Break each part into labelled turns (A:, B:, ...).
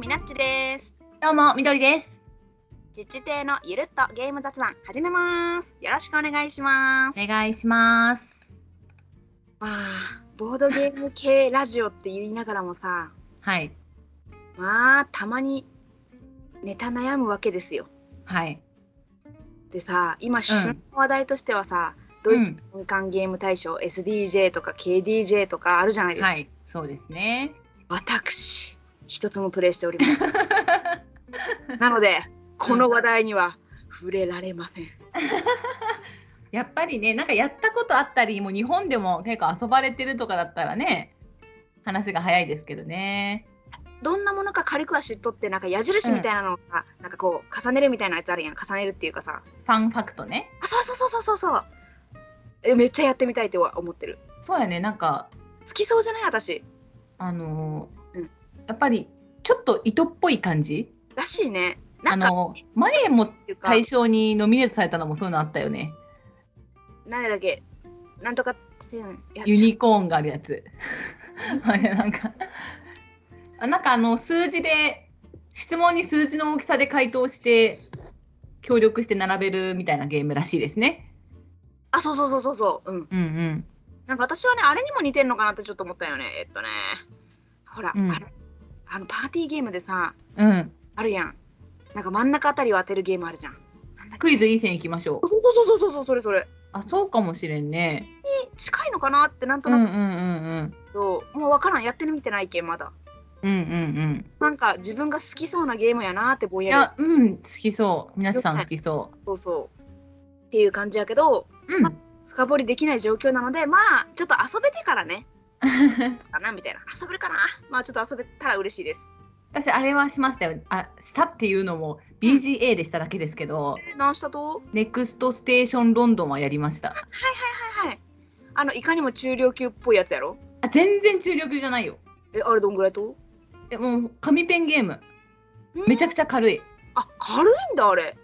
A: みなっちです。
B: どうも、みどりです。
A: 実地亭のゆるっとゲーム雑談始めます。よろしくお願いします。
B: お願いします。
A: わあ、ボードゲーム系ラジオって言いながらもさ、
B: はい、
A: まあたまにネタ悩むわけですよ。
B: はい、
A: でさ、今旬の話題としてはさ、ドイツ民間ゲーム大賞 SDJ とか KDJ とかあるじゃないですか。
B: はい、そうですね。
A: 私一つもプレイしておりません。なのでこの話題には触れられません。
B: やっぱりね、なんかやったことあったり、もう日本でも結構遊ばれてるとかだったらね、話が早いですけどね。
A: どんなものか軽くは知っとってなんか矢印みたいなのが、なんかこう重ねるみたいなやつあるやん重ねるっていうかさ
B: ファンファクトね。
A: あそうそうそうそうそうそうえめっちゃやってみたいっては思ってる
B: そうやね、なんか、
A: 好きそうじゃない私
B: あのー
A: うん
B: やっぱりちょっと糸っぽい感じ。
A: らしいねな
B: あ
A: んかっ
B: のー前も
A: ていうか
B: 大賞にノミネートされたのもそういうのあったよね。
A: 何だっけなんとかっていうのいや
B: ユニコーンがあるやつ。あれなんかあなんかあの数字で質問に数字の大きさで回答して協力して並べるみたいなゲームらしいですね。
A: あそうそうそうそうそううん
B: うんうん。
A: なんか私はねあれにも似てんのかなってちょっと思ったよねえっとねほら、
B: うん
A: あれあのパーティーゲームでさ
B: うん。
A: あるやんなんか真ん中あたりを当てるゲームあるじゃんなんだっけ
B: クイズいい線いきましょう。
A: そうそうそうそうそうそれそれ
B: あそうかもしれんね。
A: 近いのかなってなんと
B: うん
A: な
B: う
A: く
B: んうん
A: ともう分からんやってみてないけんまだ
B: うん。うんうん
A: なんか自分が好きそうなゲームやなってぼん
B: うん。い
A: やり
B: やうん好きそう。みなちさん好きそ
A: そうそうっていう感じやけど
B: う。うん。
A: 深掘りできない状況なのでまあちょっと遊べてから ねかなみたいな遊べるかなまあちょっと遊べたら嬉しいです
B: 私あれはしましたよ。あしたっていうのも BGA でしただけですけど、
A: え何したと
B: ネクストステーションロンドンはやりました。
A: はいはいあのいかにも中量級っぽいやつやろ
B: あ全然中力じゃないよ。
A: えあれどんぐらいと
B: えもう紙ペンゲームめちゃ
A: く
B: くちゃ軽い
A: あ軽いんだあれ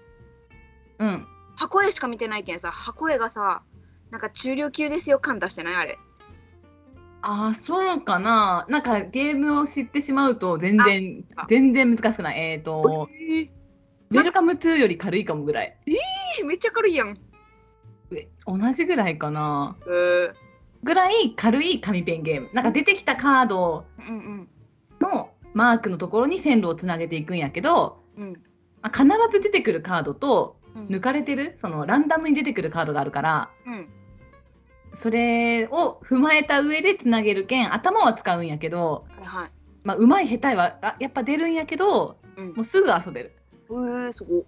B: うん
A: 箱絵しか見てないけんさ箱絵がさなんか中量級ですよ感出してないあれ
B: あーそうかななんかゲームを知ってしまうと全然
A: ああ
B: 全然難しくないえっ、 と
A: え
B: ウェルカム2より軽いかもぐらい
A: ーめっちゃ軽いやん
B: え同じぐらいかな
A: えー、
B: ぐらい軽い紙ペンゲームなんか出てきたカード
A: うんうん
B: のマークのところに線路をつなげていくんやけど、
A: うん
B: まあ、必ず出てくるカードと
A: うん
B: 抜かれてるそのランダムに出てくるカードがあるから
A: うん
B: それを踏まえた上でつなげるけん頭は使うんやけど
A: はいはい。
B: まあ、うまい下手いはあやっぱ出るんやけど
A: うん
B: もうすぐ遊べる、
A: うえー、すごい。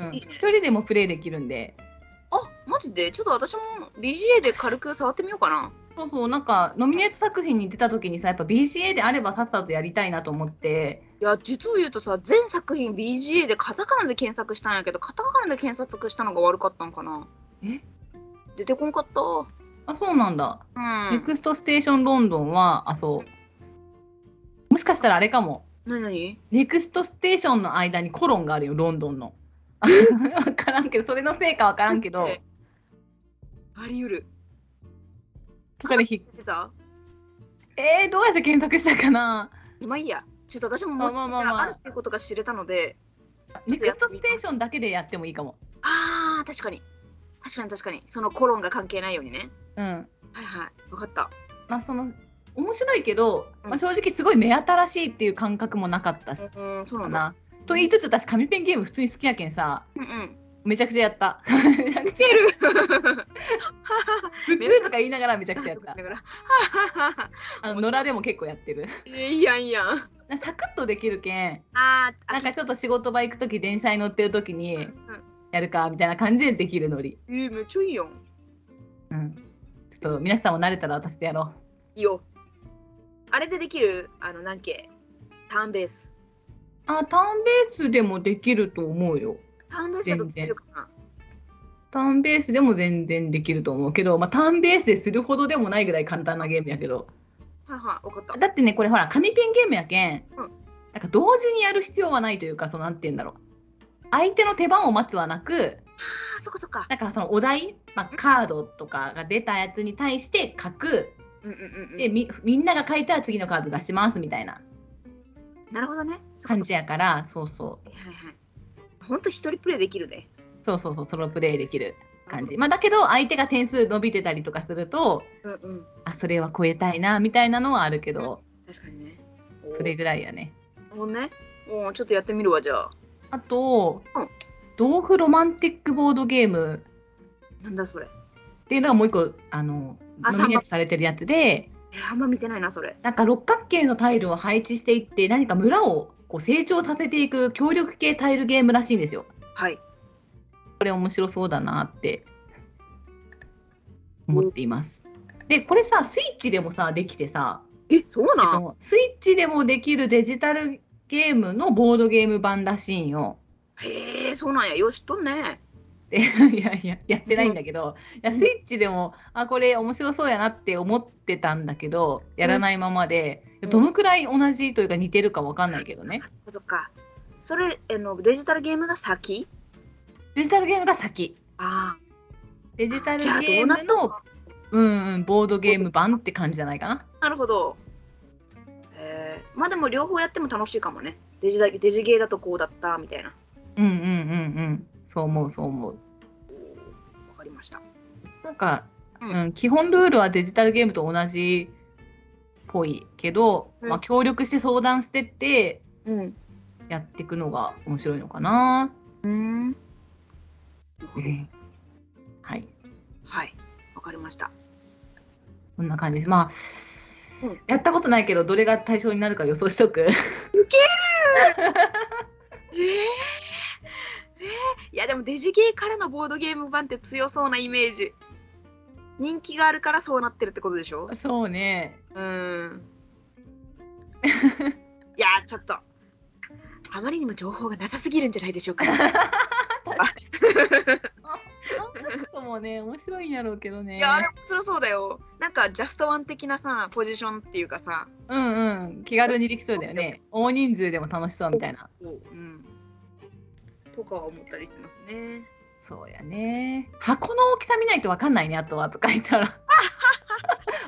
B: うん、
A: いいね
B: 一人でもプレイできるんで
A: あ、マジでちょっと私も BGA で軽く触ってみようかな。
B: そうそうなんかノミネート作品に出た時にさやっぱ BCA であればさっさとやりたいなと思って
A: いや、実を言うとさ、全作品 BGA でカタカナで検索したんやけど、カタカナで検索したのが悪かったんかな。
B: え
A: 出てこんかった。う
B: あそうなんだ、ネ
A: ん。
B: クストステーションロンドンはあそうもしかしたらあれかも
A: なになに
B: ネクストステーションの間にコロンがあるよロンドンの わからんけどそれのせいかわからんけど
A: あり得る。
B: とかでひ
A: 出てた
B: えー、どうやって検索したかな
A: まあいいや。ちょっと私も
B: まあまあまあまあ
A: るっていうことが知れたので、
B: ネクストステーションだけでやってもいいかも
A: あー、確かに。確かに確かに。そのコロンが関係ないようにね。
B: うん
A: はいはい。わかった。
B: まあその面白いけど、
A: うん
B: まあ、正直すごい目新しいっていう感覚もなかったし
A: うん、そうな
B: か
A: んだ。
B: な。と言いつつ私紙ペンゲーム普通に好きやけんさ
A: うん うん。
B: めちゃくちゃやっためちゃくちゃ
A: 出る
B: 普通とか言いながらめちゃくちゃやっ
A: だ
B: た
A: から
B: あの野良でも結構やってる
A: いいやんいいやん。
B: なんかサクッとできるけん
A: あー
B: なんかちょっと仕事場行く時電車に乗ってる時
A: うん
B: に
A: うん
B: やるかみたいな感じでできるノリ、
A: えー、めっちゃいいやん。
B: うん、ちょっと皆さんも慣れたら私でやろ
A: いいよ。あれでできるあの、なんけ、ターンベース。
B: うあターンベースでもできると思うよ
A: ターンベースだとできるかな。
B: ターンベースでも全然できると思うけど、まあ、ターンベースでするほどでもないぐらい簡単なゲームやけど
A: はいはい、わかった。
B: だってねこれほら紙ペンゲームやけん、
A: うん
B: なんか同時にやる必要はないというかそのなんて言うんだろう相手の手番を待つはなく
A: あー、そっかそっか。
B: なんかそのお題、まあ、カードとかが出たやつに対して書く
A: うんうんうんうん。
B: でみみんなが書いたら次のカード出しますみたいな
A: なるほどね。そこ
B: 感
A: そこ
B: じやからそうそう
A: はいはい。本当一人プレイできるね。
B: そうそうそうソロプレイできる感じ、まあ、だけど相手が点数伸びてたりとかすると
A: うんうん。
B: あそれは超えたいなみたいなのはあるけど
A: 確かにね。
B: それぐらいやね
A: もうね。もうちょっとやってみるわじゃあ。
B: あと
A: うん
B: 豆腐ロマンティックボードゲーム
A: なんだそれ。
B: っていうのがもう一個あの
A: あ
B: ノミネートされてるやつで
A: えあんま見てないなそれ。
B: なんか六角形のタイルを配置していって何か村をこう成長させていく協力系タイルゲームらしいんですよ。
A: はい。
B: これ面白そうだなって思っています。でこれさスイッチでもさできてさ、
A: えそう
B: えっ
A: なん。
B: と、スイッチでもできるデジタルゲームのボードゲーム版らしいんよ。
A: へえそうなんや。よしとんね。
B: で いやいややってないんだけど、いやスイッチでもあこれ面白そうやなって思ってたんだけどやらないままで
A: うん
B: どのくらい同じというか似てるかわかんないけどね
A: あそっかそっか。それあのデジタルゲームが先？
B: デジタルゲームが先
A: あ
B: デジタル
A: じゃあど
B: ゲー
A: うなっ
B: ムのうんうんボードゲーム版って感じじゃないかな
A: あなるほど。えー、まあでも両方やっても楽しいかもね。デジタルデジゲーだとこうだったみたいな。
B: うんうんうんうんそう思うそう思う
A: わかりました。
B: なんか、
A: う
B: うんん基本ルールはデジタルゲームと同じっぽいけど、
A: うん
B: まあ、協力して相談してって
A: うん。
B: やっていくのが面白いのかな、
A: うん。
B: はい
A: はい。わかりました。
B: こんな感じです。まあ、
A: うん
B: やったことないけど、どれが対象になるか予想しとく。
A: えー、えー、いやでもデジゲーからのボードゲーム版って強そうなイメージ。人気があるからそうなってるってことでしょ
B: そうね。
A: うー ん。いやーちょっと。あまりにも情報がなさすぎるんじゃないでしょうか。
B: コンセプトもね、面白いんやろうけどね。
A: いやあれ面白そうだよ。なんかジャストワン的なさポジションっていうかさ。
B: うんうん、気軽にできそうだよね。大人数でも楽しそうみたいな。
A: うん。とか思ったりしますね。
B: そうやね。箱の大きさ見ないとわかんないね、あとはとか言ったら。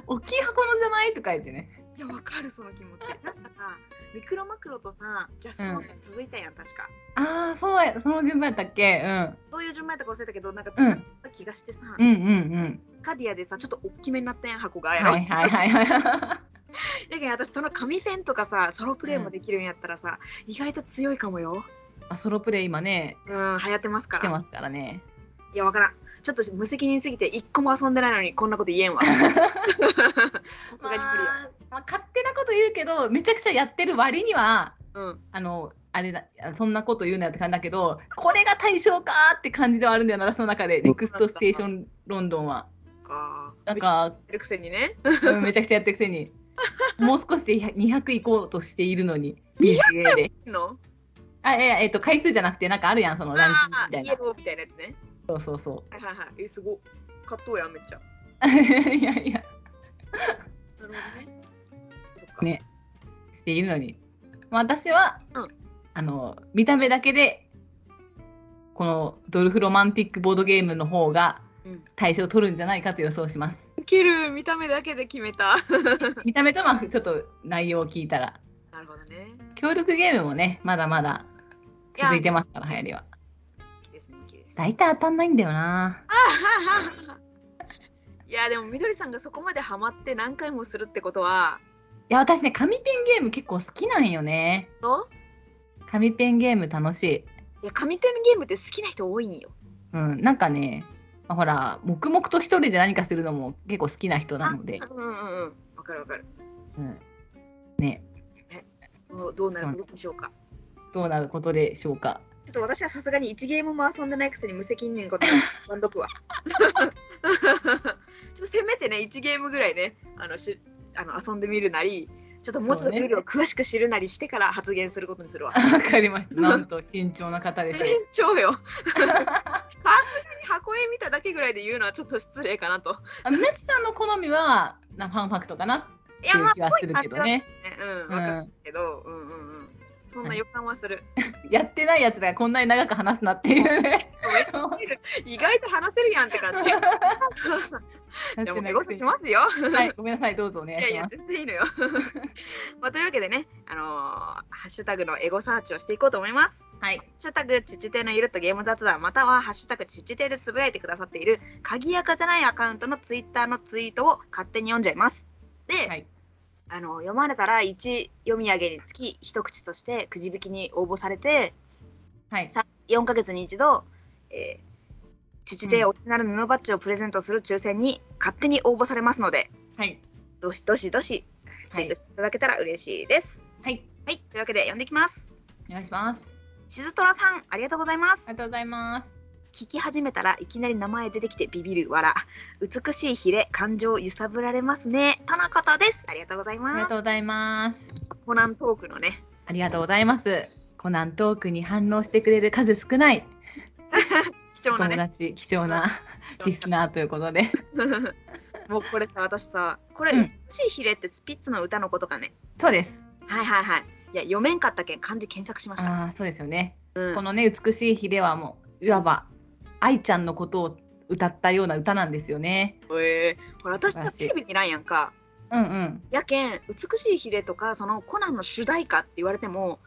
B: 大きい箱のじゃないとか言ってね。
A: いや、わかる、その気持ち。なんかさ、ミクロマクロとさ、ジャストワンが続いたやん、確か。
B: ああ、そうや、その順番やったっけ。うん。
A: どういう順番やったか忘れたけど、なんか、
B: うん
A: た気がしてさ、
B: うんうん
A: カディアでさ、ちょっと大きめになったやん、箱が。
B: うん。はいはいはいはい。
A: だけど、私、その紙フェンとかさ、ソロプレイもできるんやったらさ、意外と強いかもよ。
B: あ、ソロプレイ今ね、
A: うん、流行ってますか
B: 来て
A: ら。
B: ますからね。
A: いや、わからん。ちょっと無責任すぎて、一個も遊んでないのに、こんなこと言えん わ。さす
B: ま
A: がに無理や。
B: あ、まあ、勝手なこと言うけどめちゃくちゃやってる割には
A: うん。
B: あのあれだそんなこと言うなよって感じだけどこれが対象かーって感じではあるんだよな私の中で、ネクストステーションロンドンは
A: か。
B: なんか
A: めちゃくちゃやってるくせにね。
B: うんめちゃくちゃやってるくせにもう少しで200行こうとしているのに BGA で
A: の
B: あいやいやえっと回数じゃなくてなんかあるやんそのラン
A: あ
B: キ
A: あ、
B: ン
A: イエ
B: グみたい
A: ローみたいなやつね。
B: なそうそうそ
A: はいはいはい。え、すごい。買っとうやん、めっちゃ。
B: う いやい
A: なる
B: や
A: ほどね。そっか。
B: ねしているのに、まあ、私は、
A: うん
B: あの見た目だけでこのドルフロマンティックボードゲームの方が
A: うん
B: 対象を取るんじゃないかと予想 します。
A: 受ける見た目だけで決めた。
B: 見た目とまあちょっと内容を聞いたら
A: なるほどね。
B: 協力ゲームもねまだまだ
A: いや
B: 続いてますから流行りは。
A: いいですね。いいですね
B: 大体当たんないんだよな。
A: いやでもみどりさんがそこまでハマって何回もするってことは、
B: いや私ね紙ペンゲーム結構好きなんよね。
A: そ
B: 紙ペンゲーム楽しい。
A: いや紙ペンゲームって好きな人多いんよ。
B: うん、なんかね、まあほら黙々と一人で何かするのも結構好きな人なので。
A: うんうんうん。わかるわかる。
B: うん
A: どうどうなることでしょうか。
B: どうなることでしょうか。
A: ちょっと私はさすがに1ゲームも遊んでないくせに無責任なことワンドクは。ちょっとせめてね1ゲームぐらいねあのしあの遊んでみるなりちょっともうちょっとルールを詳しく知るなりしてから発言することにするわ。
B: わかりま した。なんと慎重な方ですよ。
A: 超よ。さすがに箱絵見ただけぐらいで言うのはちょっと失礼かなと。
B: あの、ねちさんの好みは、な、ファンファクトかなっ
A: い
B: ていう気はするけどね。
A: あ、ね、うん、
B: う
A: わかる
B: ん、
A: けど、うんうんうん。そんな予感はする。
B: やってないやつだからこんなに長く話すなっていうね。
A: 意外と話せるやんって感じ。でも、ごとしますよ。
B: はい、ごめんなさい、どうぞお願い
A: いやい
B: し
A: や
B: ます。
A: 全然いいの よ、まあ、というわけでね、あのーハッシュタグのエゴサーチをしていこうと思います。
B: はい、
A: ハッシュタグちちてのゆるっとゲーム雑談またはハッシュタグちちてでつぶやいてくださっている鍵やかじゃないアカウントのツイッターのツイートを勝手に読んじゃいます。で、
B: はい
A: あの読まれたら1読み上げにつき一口としてくじ引きに応募されて
B: はい、
A: さ4ヶ月に一度、えー、ちちてオリジナル布バッジをプレゼントする抽選に勝手に応募されますので
B: はい、
A: どしどしどしツイートしていただけたら嬉しいです。
B: はい、
A: はい、というわけで読んでいきます。
B: お願いします。
A: しずとらさんありがとうございます
B: あり。がとうございます。
A: 聞き始めたらいきなり名前出てきてビビる笑美しいヒレ感情揺さぶられますね田中田ですありがとうござい
B: あり
A: ま
B: が
A: す
B: とうございます。
A: コナントークのね
B: ありがとうございます。コナントークに反応してくれる数少ない
A: 貴
B: お
A: 重な
B: 友
A: ね
B: 達、貴重なリスナーということで。
A: もうこれさ私さこれ、
B: うん
A: 美しいヒレってスピッツの歌のことかね
B: そうです。
A: はいはいはいいや読めんかったけん漢字検索しました
B: ああ、そうですよね。
A: うん
B: このね、美しい日ではもう、いわば愛ちゃんのことを歌ったような歌なんですよね。
A: へえほら私
B: 素
A: さ
B: 晴らし
A: テ
B: い
A: レビにないやんか
B: うんうん。
A: やけん美しいヒレとかそのコナンの主題歌って言われても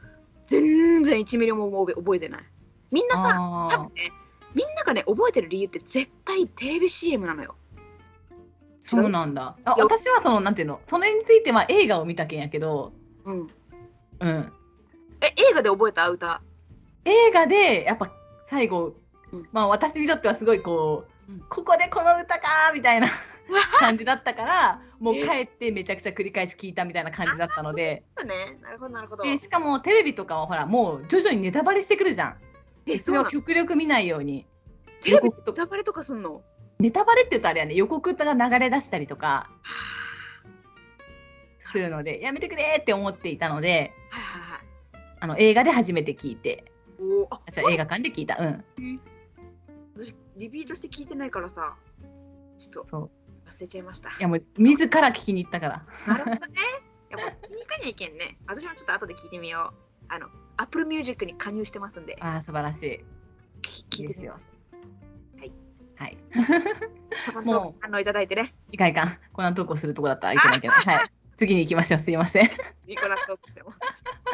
A: 全然1ミリも覚え覚えてないみんなさ
B: あ
A: 多分
B: ー
A: ねみんながね覚えてる理由って絶対テレビ CM なのよ。
B: そうなんだ。あ
A: いや
B: 私はその、なんていうの、それについては映画を見たけんやけど、
A: うん、
B: うん。
A: え映画で覚えた歌
B: 映画でやっぱ最
A: う
B: 後、
A: ん
B: まあ私にとってはすごいこう、
A: うん
B: ここでこの歌かーみた いな感じだったからもう帰ってめちゃくちゃ繰り返し聞いたみたいな感じだったので
A: ねなるほどなるほど。
B: でしかもテレビとかはほらもう徐々にネタバレしてくるじゃん
A: え
B: そ
A: そう
B: れ
A: な
B: を
A: の
B: 極力見ないように
A: テレビ
B: 予告と
A: ネタバレとかすんの
B: ネタバレって言うとあれやね予告が流れ出したりとか
A: は
B: するのでやめてくれーって思っていたので
A: あはいはいはい。
B: あの映画で初めて聞いて
A: おーあ
B: あじゃあ映画館で聞いたうん
A: 私リピートして聞いてないからさちょっ
B: そう
A: と忘れちゃいました。
B: いやもう自ら聞きに行ったから
A: なるほどね。やっぱ見に行かにゃいけんね。私もちょっと後で聞いてみよう。あの Apple Music に加入してますんで
B: あー素晴らしい
A: き聞いてみよう。はい。
B: はい
A: も
B: も
A: う反応いただいてね。
B: いかんいかん。こんな投稿するとこだったらいけないけど。はい。次に行きましょう。すいません。
A: ニコラストークしても。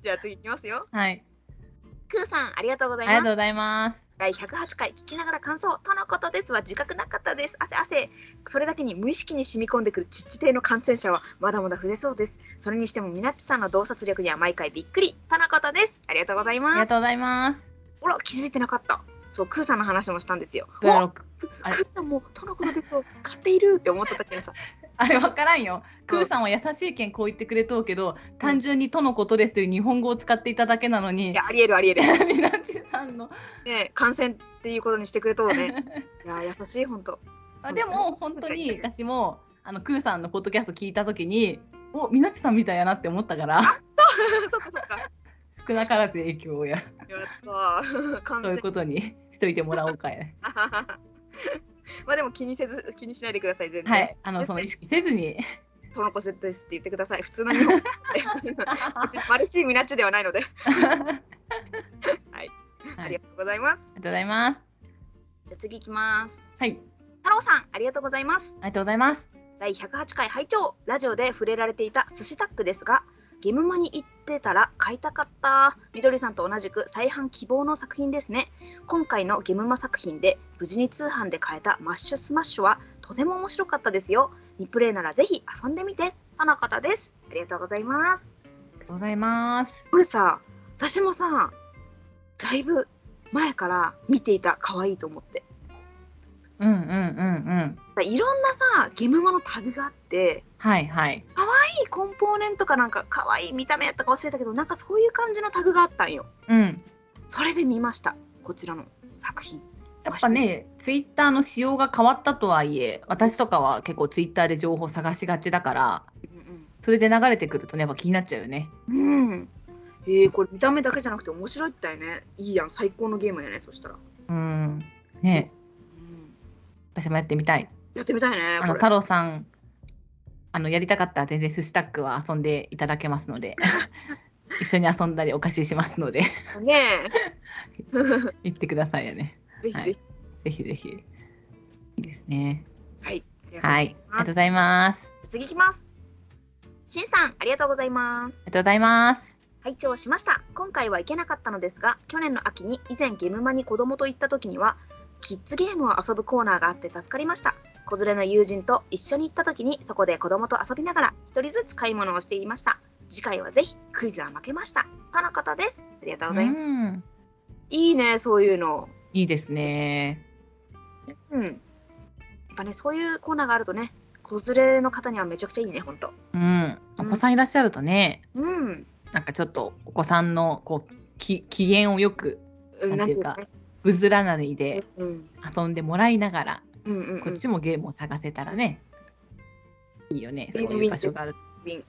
A: じゃあ次いきますよ。
B: はい。
A: クーさんありがとうござ
B: あ
A: い
B: りが
A: ま
B: とう
A: す。
B: ございます。
A: 第108回聞きながら感想とのことですは自覚なかったです。汗汗。それだけに無意識に染み込んでくるチッチ亭の感染者はまだまだ増えそうです。それにしてもみなっちさんの洞察力には毎回びっくりとのことです。ありがとうござい
B: あり
A: ま
B: が
A: す。
B: とうございます。
A: ほら気づいてなかった。そうクーさんの話もしたんですよ。
B: どうやろう
A: おクーさんもとのことですを買っているって思ってたけ どさ。
B: あれわからんよ。クーさんは優しいけんこう言ってくれとうけど、単純にとのことですという日本語を使っていただけなの
A: い
B: に
A: や、ありえるありえる。
B: みなっちさんの。
A: ね感染っていうことにしてくれたう ね。いや優しい本当。
B: あでも本当に私もあのクーさんのポッドキャスト聞いたときに、おみなっちさんみたいやなって思ったから、
A: そっかそっか。
B: 少なからず影響をや、
A: やったー。感
B: そう
A: 染
B: いう。ことに しといてもらおうかや。
A: まあでも気にせず気にしないでください全然。
B: はい。あの、その意識せずに。
A: トノコセットですって言ってください。普通の日本。 マルシーミナッチではないので。はい。ありがとうございます。
B: ありがとうございます。
A: じゃあ次行きます。
B: はい、
A: 太郎さんありがとうございます。
B: ありがとうございます。
A: 第108回拝聴ラジオで触れられていた寿司タックですがゲムマに行ってたら買いたかったみどりさんと同じく再販希望の作品ですね今回のゲムマ作品で無事に通販で買えたマッシュスマッシュはとても面白かったですよリプレイならぜひ遊んでみて田中田ですありがとうございます
B: ありがとうございます。
A: これさ私もさだいぶ前から見ていた可愛いと思って
B: うんうんうんうん。
A: いろんなさゲムマのタグがあって
B: はいはい。
A: いいコンポーネントかなんか可愛い見た目やったか忘れたけどなんかそういう感じのタグがあったんよ
B: うん。
A: それで見ましたこちらの作品
B: やっぱね、ツイッターの仕様が変わったとはいえ、私とかは結構ツイッターで情報探しがちだから、それで流れてくるとね、やっぱ気になっちゃうよね。
A: うんうん、うん、えー、これ見た目だけじゃなくて面白いったよねいいやん最高のゲームやねそしたら、
B: うん。ね、
A: うん、
B: 私もやってみたい。
A: やってみたいねこ
B: あの
A: れ
B: 太郎さん、 あのやりたかったら全然寿司タックは遊んでいただけますので、一緒に遊んだりお貸ししますので
A: ね
B: 行ってくださいよね
A: え、ぜひぜひ。
B: ぜひぜひいいですね
A: はい。。
B: はいいありがとうございます
A: 次いきます。しんさん、ありがとうございます
B: あ。りがとうございます
A: 拝聴しました今回は行けなかったのですが去年の秋に以前ゲームマに子供と行った時にはキッズゲームを遊ぶコーナーがあって助かりました子連れの友人と一緒に行った時にそこで子供と遊びながら一人ずつ買い物をしていました次回はぜひクイズは負けましたとのことですありがとうござ
B: う
A: います、
B: ん
A: いいねそういうの
B: いいですね
A: うんやっぱねそういうコーナーがあるとね子連れの方にはめちゃくちゃいいねほんと
B: うんお子さんいらっしゃるとね
A: うん
B: なんかちょっとお子さんのこうき機嫌をよく
A: うん
B: なんていうか
A: なんて
B: うずらなり
A: いう
B: で
A: かねうん
B: 遊んでもらいながら
A: うんうんうん
B: こっちもゲームを探せたらね、いいよねそういう場所があると
A: うん、やっ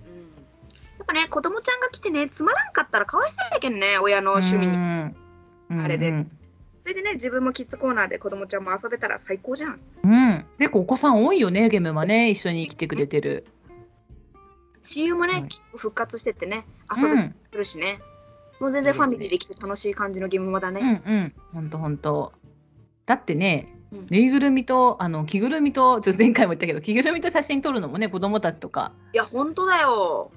A: ぱね子供ちゃんが来てねつまらんかったらかわいそうやけんね親の趣味に、
B: うん
A: あれで
B: うん
A: それでね自分もキッズコーナーで子供ちゃんも遊べたら最高じゃん
B: うん、結構お子さん多いよねゲームはね一緒に来てくれてる、
A: CU もね、
B: はい
A: 結構復活してってね
B: う
A: 遊
B: ん、う
A: べて
B: ん
A: くるしね、もう全然
B: いい
A: フ
B: です
A: ァ
B: ね
A: ミリーで来て楽しい感じのゲームマだ
B: う
A: ね、
B: んほんとほんとだってね
A: うん
B: ぬいぐるみとあの着ぐるみとちょっと前回も言ったけど着ぐるみと写真撮るのもね子供たちとか
A: いや本当だよ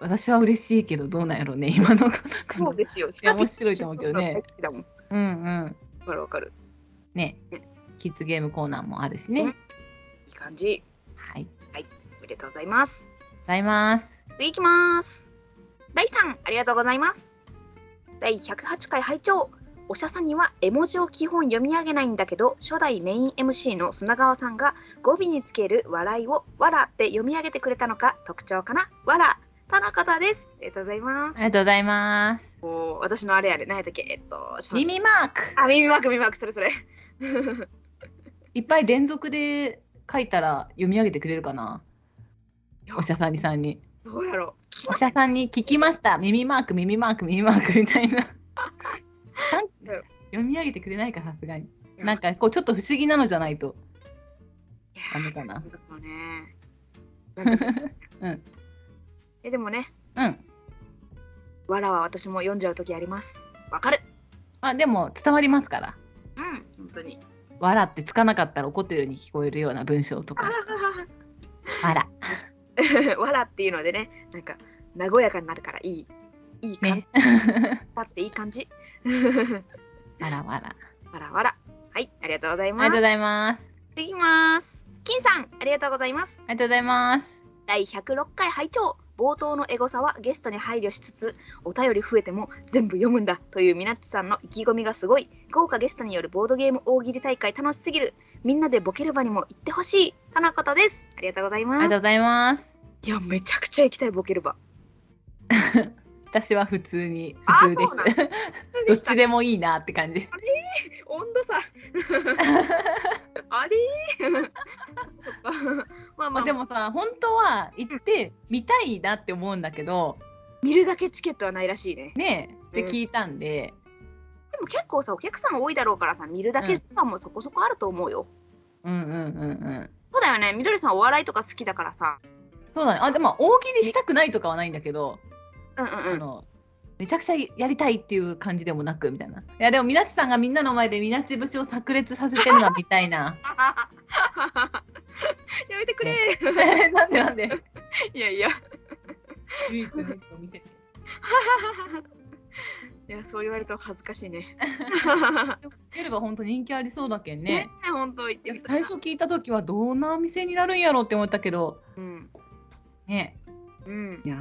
B: 私は嬉しいけどどうなんやろうね今のこ
A: そう
B: の
A: ですよ
B: や面白いと思うけどね
A: 大好きだもん
B: うんうん
A: わかるわかる
B: ねキッズゲームコーナーもあるしね、
A: うんいい感じ
B: はい
A: おめでとうございます
B: ございます
A: 次いきます。第三、ありがとうございます。第108回拝聴。おしゃさんには絵文字を基本読み上げないんだけど、初代メイン MC の砂川さんが語尾につける笑いをわらって読み上げてくれたのか特徴かな。わら、田中田です。ありがとうございま
B: あ
A: す。
B: りがとうございます
A: お私のあれあれ、何やったっけえっと、ちょっと待って
B: 耳マーク
A: あ、耳マーク、耳マーク、それそれ。
B: いっぱい連続で書いたら読み上げてくれるかなおしゃさんにさんに
A: どうやろ
B: おしゃさんに聞きました耳マーク耳マーク耳マーク みたいななん
A: うん
B: 読み上げてくれないかさすがに
A: う。
B: なんかこうちょっと不思議なのじゃないと
A: いや
B: ダメ
A: ー、
B: か
A: そ
B: な
A: うだね。なんか
B: うん
A: え、でもね、
B: うん
A: わらは私も読んじゃう時あります。わかる。
B: まあでも伝わりますから
A: うん、本当 に。
B: 「わら」ってつかなかったら怒ってるように聞こえるような文章とか「わら
A: わらっていうのでね、なんか和やかになるからいい。いい」感じ
B: ね。
A: だっていい感じ。
B: わらわら。あ
A: わらわら。はい、ありがとうござい
B: り
A: ま
B: がとう
A: す。い
B: ございます。
A: ってきます。金さん、ありがとうございます。
B: ありがとうございます。
A: 第106回拝聴冒頭のエゴサはゲストに配慮しつつお便り増えても全部読むんだというみなっちさんの意気込みがすごい豪華ゲストによるボードゲーム大喜利大会楽しすぎるみんなでボケる場にも行ってほしいとのことですありがとうござい
B: あ
A: ま
B: り
A: す
B: がとうございます。
A: いやめちゃくちゃ行きたいボケる場
B: 私は普通に
A: あ
B: 普通で
A: そ
B: す
A: うなん。
B: どっちでもいいなって感じ。
A: 温度 差あれ まあま
B: ま
A: あ
B: あ
A: で
B: で
A: も
B: もさ本当は行って見たいなって思うんだけど
A: 見るだけチケットはないらしいね
B: ねえ
A: う
B: っ
A: ん
B: て聞いたんで、
A: でも結構さお客さん多いだろうからさ見るだけ時間もそこそこあると思うよ、
B: うん、うんうんうん
A: そうだよねみどりさんお笑いとか好きだからさ
B: そうだねあでも大喜利したくないとかはないんだけど、
A: うんうんうん
B: あのめちゃくちゃやりたいっていう感じでもなくみたいないやでもみなっちさんがみんなの前でみなっち節を炸裂させてるなみたい な
A: やめてくれ、
B: ねなんでなんで
A: いやいや
B: 唯一のを見せて
A: いやそう言われると恥ずかしいね
B: 見れば本当人気ありそうだけん
A: ね
B: ね
A: 本当言ってみた
B: 最初聞いた時はどんなお店になるんやろうって思ったけど
A: うん
B: ね
A: うん
B: いやい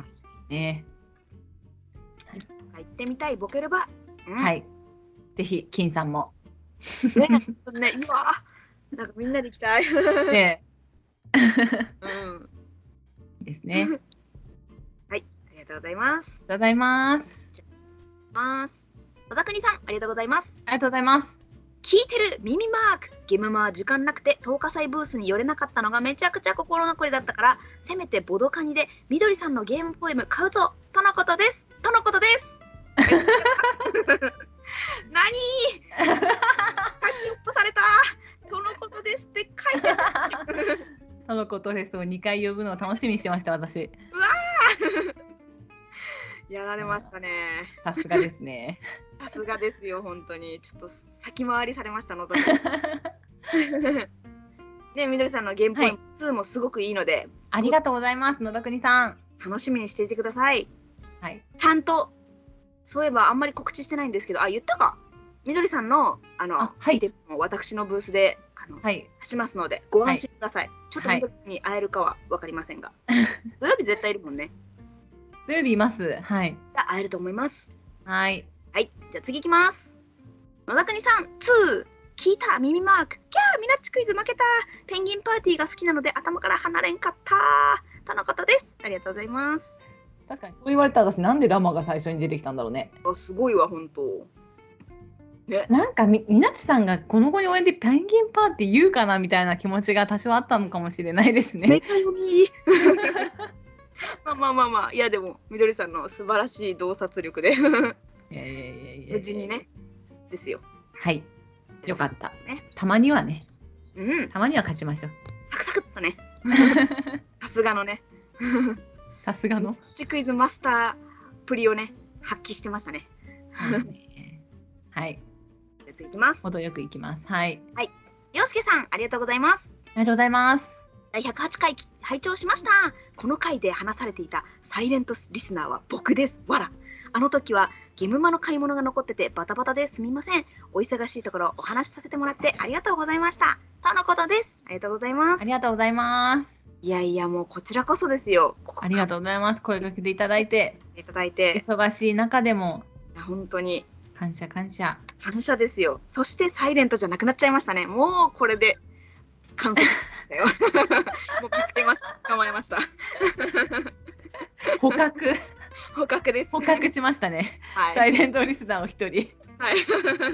B: いですね
A: 行ってみたいボケる場、うん
B: はい。ぜひ金さん も。
A: ねね、うわなんかみんなで行きたい。 う
B: ね、
A: ん。
B: いいですね。ありがと
A: あ
B: う
A: りがとうございます。
B: ございます。
A: ます。小ざくにさん、ありがとうございます。
B: ありがとうございます。
A: 聞いてる耳マークゲームマは時間なくて10日祭ブースに寄れなかったのがめちゃくちゃ心残りだったからせめてボドカニでみどりさんのゲームポエム買うぞとのことですとのことです 何書き起こされたとのことですって書いてた
B: とのことですを2回呼ぶのを楽しみにしてました、私。
A: やられましたね。
B: さすがです ね。
A: さすがですよ、本当に。ちょっと先回りされました、のぞ み。ね、みどりさんのゲームポイント2もすごくいいので、
B: ありがとうございます、野田国さん。
A: 楽しみにしていてください。
B: はい。
A: ちゃんと、そういえばあんまり告知してないんですけど、あ、言ったか。みどりさんの、あの、
B: あはい
A: 見ても私のブースで、あの、
B: はい。
A: しますので、ご安心ください。ちょっとみどりさんに会えるかはわかりませんが。 土曜日絶対いるもんね。
B: 土曜日います。はい。
A: じゃあ会えると思います。
B: はい。
A: はい、じゃあ次いきます。野田国さん、2、聞いた耳マーク、キャー、ミナッチクイズ負けた、ペンギンパーティーが好きなので頭から離れんかった、とのことです。ありがとうございます。
B: 確かにそう言われたら私なんでラマが最初に出てきたんだろうね。
A: あすごいわ、本当。
B: なんかみみなちさんがこの後に応援でペンギンパーって言うかなみたいな気持ちが多少あったのかもしれないです
A: めっ
B: ね。
A: ちゃ読み。 まあまあまあまあ、いやでも、みどりさんの素晴らしい洞察力で、
B: いやいやいやいや
A: 無事に。ね、ですよ。
B: はい。よかった
A: ね。
B: たまにはね。
A: うん、
B: たまには勝ちましょう。
A: サクサクっとね、さすがのね、
B: さすがの。
A: ミナッチクイズマスタープリをね、発揮してましたね。
B: はい。
A: じゃあ次いきます。
B: 程よくいきます。はい。
A: 洋介さん、ありがとうございます。
B: ありがとうございます。
A: 第108回拝聴しましたこの回で話されていたサイレントリスナーは僕ですわらあの時はゲムマの買い物が残っててバタバタですみませんお忙しいところお話しさせてもらってありがとうございましたとのことですありがとうございま
B: あ
A: す
B: りがとうございます。
A: いやいやもうこちらこそですよここ
B: ありがとうございます。声かけていただいて、
A: いただいて
B: 忙しい中でも
A: いや本当に
B: 感謝感謝。
A: 感謝ですよそしてサイレントじゃなくなっちゃいましたねもうこれで完成しま したよ もう見つけました捕まえました
B: 捕獲
A: 捕獲です
B: 捕獲しましたね。
A: はい
B: サイレントリスナーを一人
A: はい。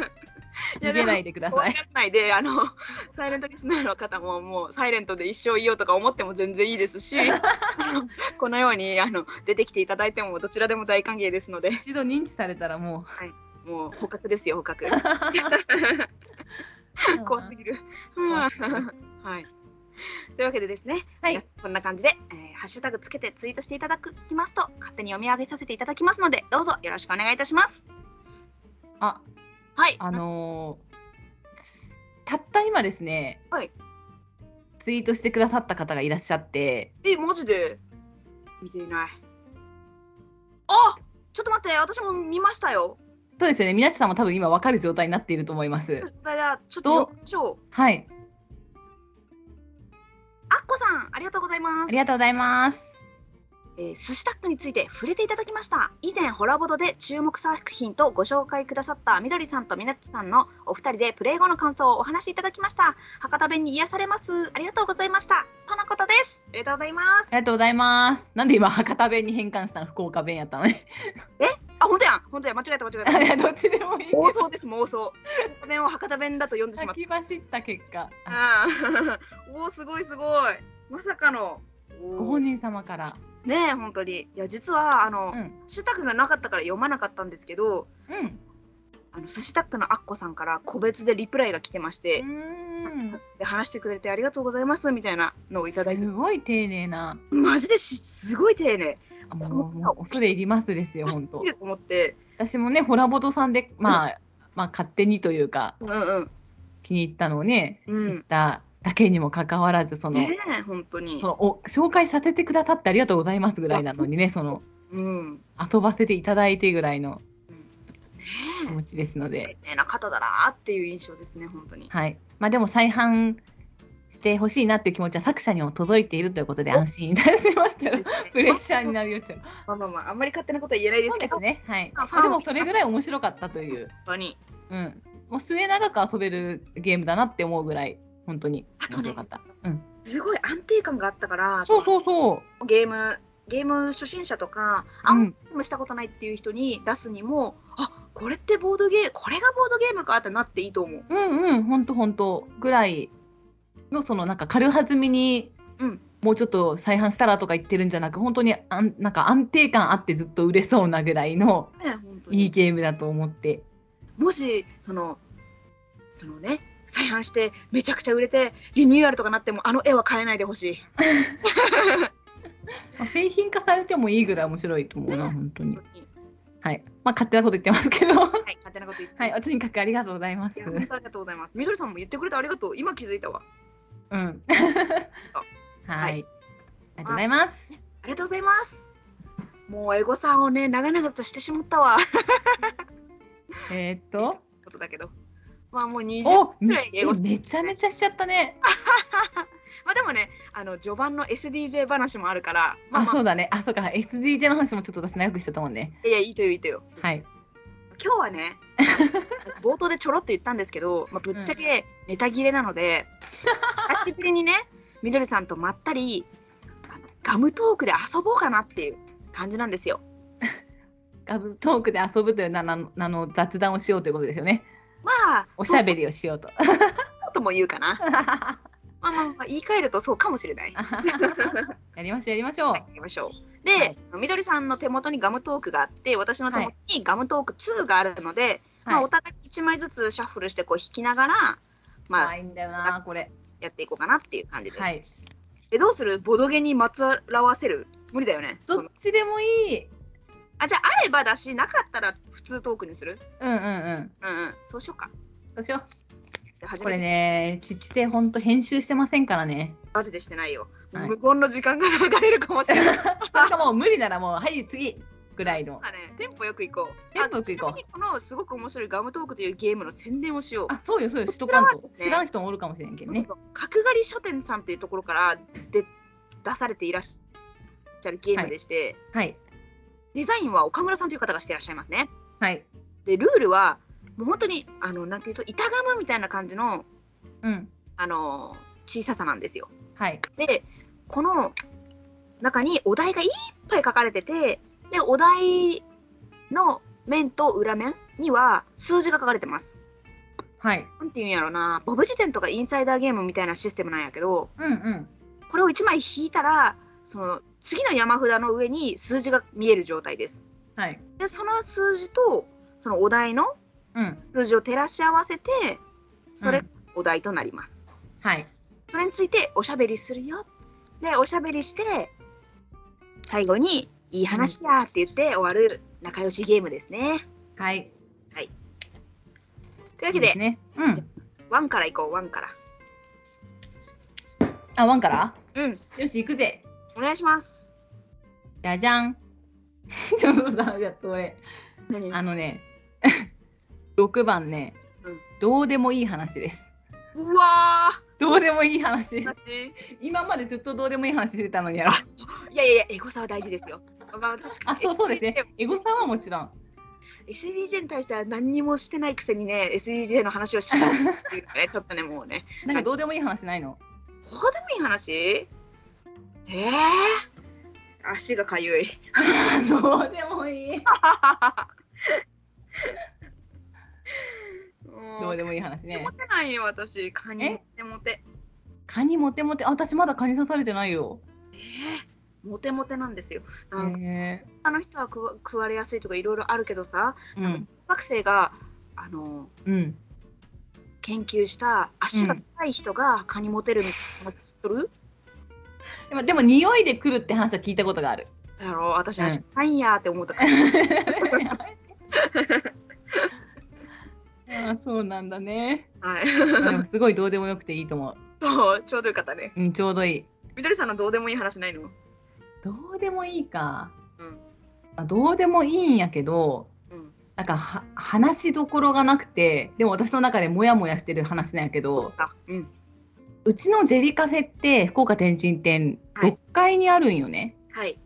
B: 逃げないいでくだ
A: や。でも怖が
B: さい。
A: らないで、あの、サイレントリスナーの方も、もうサイレントで一生いようとか思っても全然いいです し。あのこのように、あの、出てきていただいても、どちらでも大歓迎ですので、
B: 一度認知されたら も
A: もう捕獲ですよ、捕 獲。
B: う
A: 怖すぎる。
B: 怖すぎる
A: はい。というわけでですね、
B: はい
A: 皆さんこんな感じで、えーハッシュタグつけてツイートしていただきますと、勝手に読み上げさせていただきますので、どうぞよろしくお願いいたします。
B: あ、
A: はい。
B: あのーたった今ですね、
A: はい
B: ツイートしてくださった方がいらっしゃって、
A: え、マジで見ていない。あちょっと待って、私も見ましたよ。
B: そうですよね、皆さんも多分今わかる状態になっていると思います。
A: だだちょっと読みましょう。
B: はい、
A: あっこさん、ありがとうございま
B: あ
A: す。
B: りがとうございます。
A: えー寿司タックについて触れていただきました。以前、ホラボドで注目作品とご紹介くださったみどりさんとみなっちさんのお二人でプレイ後の感想をお話しいただきました。博多弁に癒されます。ありがとうございました。とのことです。ありがとうございます
B: あ。りがとうございます。なんで今博多弁に変換したの福岡弁やったの ね。
A: あ、本当やん。本当やん。間違えた、間違
B: あい
A: えた。
B: やどっちでもいいけど。
A: 妄想です、妄想。博多弁を博多弁だと読んでしまった
B: 先走った結果、あ
A: あー おおすごいすごいまさかのおー
B: ご本人様から。
A: ねえ本当にいや実はあの、ハ
B: う
A: ッ
B: ん、
A: シュタグがなかったから読まなかったんですけど
B: うん、
A: あの寿司タックのアッコさんから個別でリプライが来てまし
B: う
A: て、
B: ーん。
A: で話してくれてありがとうございますみたいなのをいただいて
B: すごい丁寧な。
A: マジでしすごい丁寧
B: あ
A: この
B: もうもう恐れ入りますですよ、本当
A: い。ると思って
B: 私もね、ホラボトさんで、まあ、まあ、勝手にというか、
A: うんうん
B: 気に入ったのをね、
A: うん
B: 言っただけにもかかわらず、その、
A: ねえ本当に
B: そのお紹介させてくださってありがとうございますぐらいなのにね、その、
A: うんね
B: 遊ばせていただいてぐらいの
A: え
B: 気持ちですので、
A: 丁寧な方だなっていう印象ですね本当に
B: はい。まあ、でも再販してほしいなっていう気持ちは作者にも届いているということで、
A: お
B: 安心いたしましたよ。 プレッシャーに
A: な
B: なるよっちゃう。
A: まあまあまああんまり勝手なことは言えないで
B: そ
A: す
B: う
A: け
B: で
A: ど
B: すね。はい
A: あファ。ン
B: でも、それぐらい面白かったという。
A: 本当に
B: うん、もう末永く遊べるゲームだなって思うぐらい本当に
A: あとね
B: 面白かった。うん、
A: すごい安定感があったから
B: そうそうそう。
A: ゲームゲーム初心者とかあ
B: うん
A: ま
B: ん
A: り、ゲームしたことないっていう人に出すにも、あこれってボードゲームこれがボードゲームかってなっていいと思う。
B: うんうん、本当本当ぐらいのそのなんか軽はずみに、
A: うん
B: もうちょっと再販したらとか言ってるんじゃなく、本当にあんなんか安定感あってずっと売れそうなぐらいの
A: ね、本当に
B: いいゲームだと思って。
A: もしそのそのね再販してめちゃくちゃ売れてリニューアルとかなってもあの絵は変えないでほしい。
B: まあ、製品化されてもいいぐらい面白いと思うな、
A: ね
B: 本当に
A: 本。当に
B: はい。まあ、勝手なこと言ってま すけど。は
A: はい、勝手なこと言って。
B: い。とにかくありがとうございます
A: い。や本当ありがとうございます。みどりさんも言ってくれてありがとう。今気づいたわ。
B: うん。
A: は
B: はいい。ありがとうございます。
A: ありがとうございます。もうエゴさんをね、長々としてしまったわ。 ち
B: えーっと。
A: ょっとだけど。まあもう20
B: お
A: ぐらい
B: め
A: 英語
B: めちゃめちゃしちゃったね。
A: まあでもね、あの序盤の SDJ 話もあるから、まあ
B: あ、
A: ま
B: そうだね。あ、そうか。SDJ の話もちょっと私長くしたと思うんで。
A: あ、いや、いいとよ、いいとよ。
B: はい。
A: 今日はね、 冒頭でちょろっと言ったんですけど、まあ、ぶっちゃけネタ切れなので、久しぶりにね、みどりさんとまったり、あのガムトークで遊ぼうかなっていう感じなんですよ。
B: ガブトークで遊ぶという名の名の雑談をしようということですよね。
A: まあ、
B: おしゃべりをしようと。
A: そうとも言うかな。まあまあまあ、言い換えるとそうかもしれない。
B: やりましょうやりましょう
A: はい。行きましょう。で、
B: はい
A: みどりさんの手元にガムトークがあって、私の手元にガムトーク2があるので、まあ、
B: は
A: お
B: い。
A: 互い1枚ずつシャッフルしてこう引きながら、ま
B: 可
A: あ、
B: 愛いんだよなこれ。
A: やっていこうかなっていう感じです。
B: はい。
A: えどうするボドゲにまつわせる無理だよね。
B: ど
A: そ
B: っ
A: の
B: ちでもいい。
A: あじゃああればだしなかったら普通トークにする
B: うんうんうん。
A: うんうんそうしようか。
B: どうしよ
A: じゃあ初
B: う。これ
A: めて
B: ね、ちっちて本当編集してませんからね。
A: マジでしてないよ。
B: はい
A: 無言の時間が流れるかもしれない。
B: なんかもう無理ならもうはい次ぐらいの
A: ま。あね、テンポよく行こう。
B: テンポよく行こう
A: あちなみにこのすごく面白いガムトークというゲームの宣伝をしよう。
B: あ、そうよそうよ。しとかんと。
A: すね
B: 知らん人もおるかもしれんけどね。
A: 角刈り書店さんというところからで出されていらっしゃるゲームでして、
B: はい
A: デザインは岡村さんという方がしていらっしゃいますね。
B: はい。
A: でルールはもう本当にあのなんていうと板ガムみたいな感じの
B: うん。
A: あの小ささなんですよ。
B: はい。
A: でこの中にお題がいっぱい書かれててでお題の面と裏面には数字が書かれてます。
B: はい。
A: なんていうんやろなボブ辞典とかインサイダーゲームみたいなシステムなんやけど
B: うんうん。
A: これを1枚引いたらその次の山札の上に数字が見える状態です。
B: はい。
A: でその数字とそのお題の
B: うん。
A: 数字を照らし合わせてそれ
B: う
A: が
B: ん
A: お題となります、
B: はい。
A: それについておしゃべりするよでおしゃべりして最後に「いい話や」って言って終わる仲良しゲームですね
B: はい。
A: というわけで
B: いいすね。うん。
A: ワンからいこうワンから
B: あ、ワンから
A: うん
B: よし、行くぜ。
A: お願いします
B: じゃじゃん。 ちょっとさ、やっと俺。
A: 何
B: あのね、6番ね
A: うん、
B: どうでもいい話です。
A: うわ
B: どうでもいい話
A: ー。私
B: 今までずっとどうでもいい話してたのにやろ。
A: いやいやいやエゴサは大事ですよまあ確か
B: あ
A: に、
B: そうそうですね。エゴさんはもちろん。
A: SDJ に対しては何にもしてないくせにね SDJ の話をしようっていうのが ねちょっとねもうね
B: なんかどうでもいい話ないの
A: どうでもいい話ええ足がかゆい
B: どうでもいい。どうで
A: も
B: もいい話ね
A: モ。テないよ私カニ
B: え
A: モテモテ
B: カニモテモテ。あ私まだカニ刺されてないよ。
A: モテモテなんですよなんか
B: へえ。
A: 他の人は食わ食われやすいとかいろいろあるけどさ
B: うん。
A: 学生があの
B: うん。
A: 研究した足が高い人がカニモテるみたいなする、
B: でもでも匂いで来るって話は聞いたことがある。
A: だろ私
B: うん
A: 足高いんやって思ったから、
B: ああそうなんだね。
A: はい
B: でもすごいどうでもよくていいと思う。
A: そうちょうどよかったね
B: うんちょうどいい。
A: みどりさんのどうでもいい話ないの
B: どうでもいいか。
A: うん
B: あどうでもいいんやけど、
A: うん
B: なんかは話しどころがなくて、でも私の中でモヤモヤしてる話なんやけど、
A: さうん
B: うちのジェリカフェって福岡天神店
A: はい
B: 6階にあるんよね。
A: はい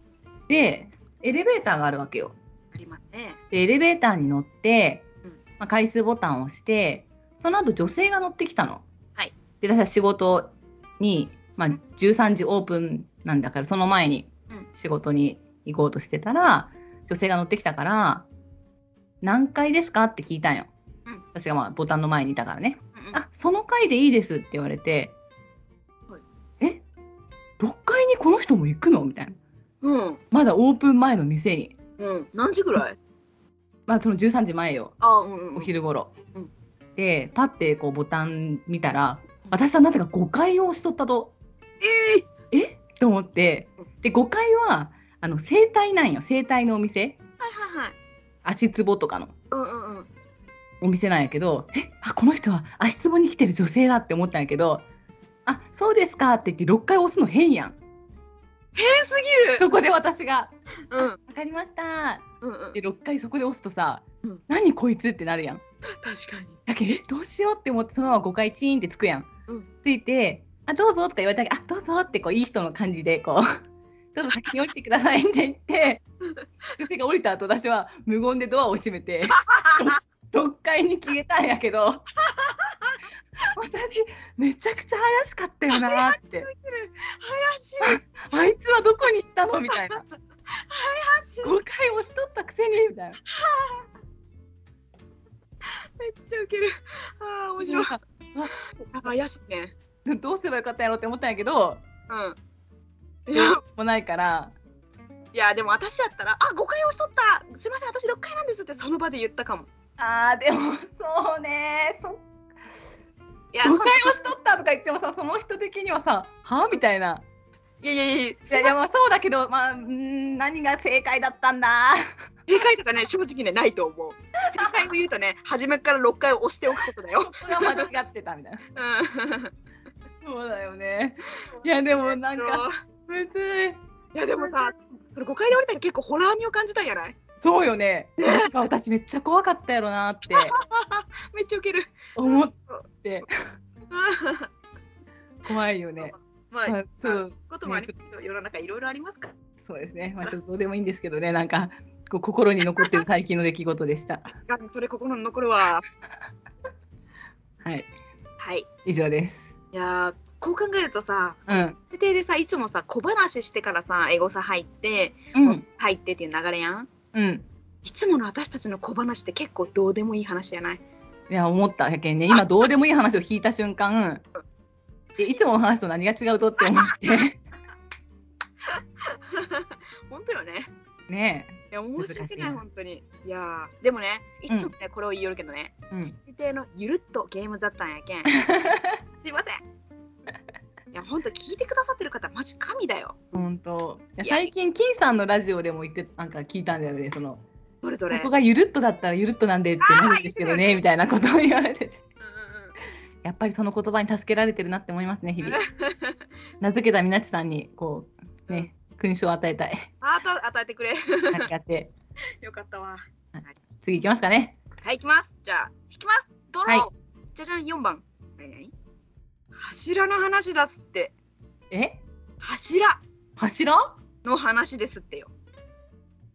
B: でエレベーターがあるわけよ。
A: ありますね
B: でエレベーターに乗って
A: うん、
B: まあ、回数ボタンを押してその後女性が乗ってきたの。
A: はい、
B: で私は仕事に、まあ、13時オープンなんだからその前に
A: うん
B: 仕事に行こうとしてたら、女性が乗ってきたから「何階ですか?」って聞いたんよ。
A: うん
B: 私がまあボタンの前にいたからね。
A: うんうん
B: あその階でいいですって言われて、
A: はい
B: え6階にこの人も行くのみたいな
A: うん
B: まだオープン前の店に
A: うん何時ぐらい
B: まあその13時前よ
A: あうんうんうん
B: お昼頃、
A: うん
B: でパッてこうボタン見たら私はなぜか5回を押しとったと
A: え
B: えと思って
A: うん
B: で5階はあの整体なんよ整体のお店
A: はいはいはい。
B: 足つぼとかの
A: うんうんうん。
B: お店なんやけどえあこの人は足つぼに来てる女性だって思ったんやけどあそうですかって言って6階押すの変やん
A: 変すぎる。
B: そこで私が
A: うん
B: 「分かりました」
A: うん うん。
B: で6回そこで押すとさ
A: うん
B: 「何こいつ」ってなるやん。
A: 確かに。
B: だけどえどうしようって思ってそのまま5回チーンってつくやん。
A: うん
B: ついて「あどうぞ」とか言われたら「あどうぞ」ってこういい人の感じでこう「ど うぞ先に降りてください」って 言って女性が降りた後私は無言でドアを閉 めて6階に消えたんやけど私めちゃくちゃ怪しかったよなって
A: 怪しい。
B: あいつはどこに行ったのみたいな
A: 怪しい。
B: 5回押しとったくせにみたいな。
A: めっちゃウケる。ああ面白い。怪しいね。
B: どうすればよかったんやろって思ったんやけど
A: うん。いや
B: もうないから
A: いやでも私だったら「あ誤解をしとったすいません私6回なんです」ってその場で言ったかも。
B: あーでもそうねそ
A: いや
B: 誤解
A: そ
B: をしとったとか言ってもさその人的にはさはみたいな
A: ういやいやいやい
B: いやいやまあそうだけどまあうーん何が正解だったんだ
A: 正解とかね正直ねないと思う。正解を言うとね初めから6回を押しておくことだよ。
B: そこが間違ってたみたいな
A: うん
B: そうだよねいやでもなんかむずい
A: いやでもさそれ誤解で降りたら結構ホラー味を感じたんやない
B: そうよねなんか私めっちゃ怖かったやろなって
A: めっちゃウケる。
B: 思って
A: あ
B: 怖いよね
A: まあ、
B: まあちょっと
A: こともありますけど世の中いろいろありますから
B: そうですねまあちょっとどうでもいいんですけどねなんかこう心に残ってる最近の出来事でした
A: 確かにそれ心に残るわ。
B: はい
A: はい。
B: 以上です
A: いやーこう考えるとさ
B: うん
A: 指定でさいつもさ小話してからさエゴサ入って
B: うん
A: 入ってっていう流れやん。
B: うん
A: いつもの私たちの小話って結構どうでもいい話じゃない
B: いや思ったやけんね今どうでもいい話を聞いた瞬間えいつもの話と何が違うぞって思って
A: 本当よね。
B: ね
A: いや申し
B: 難し
A: 訳
B: い
A: ない
B: な
A: 本当に。いやーでもねいつもね、これを言いよるけどね
B: え、うん、
A: 父邸のゆるっとゲーム雑談や けんすいませんいや本当聞いてくださってる方マジ神だよ。
B: 本当いや
A: いや
B: 最近金さんのラジオでも言ってなんか聞いたんだよねその
A: どれど
B: こ
A: れ。
B: こがゆるっとだったらゆるっとなんでってなるんですけど
A: あー言ってたよ
B: ね
A: ね
B: みたいなことを言われてて
A: うんうんうん
B: やっぱりその言葉に助けられてるなって思いますね日々 名付けたみなちさんにこうね勲章を与えたい
A: あーた与えてくれ。
B: なんかやって
A: よかったわ。
B: 次行きますかね
A: はい、行きます。じゃあ、引きます。ドロー、
B: は
A: じゃじゃん、4番。何何柱の話だっすって。
B: え
A: 柱
B: 柱
A: の話ですってよ。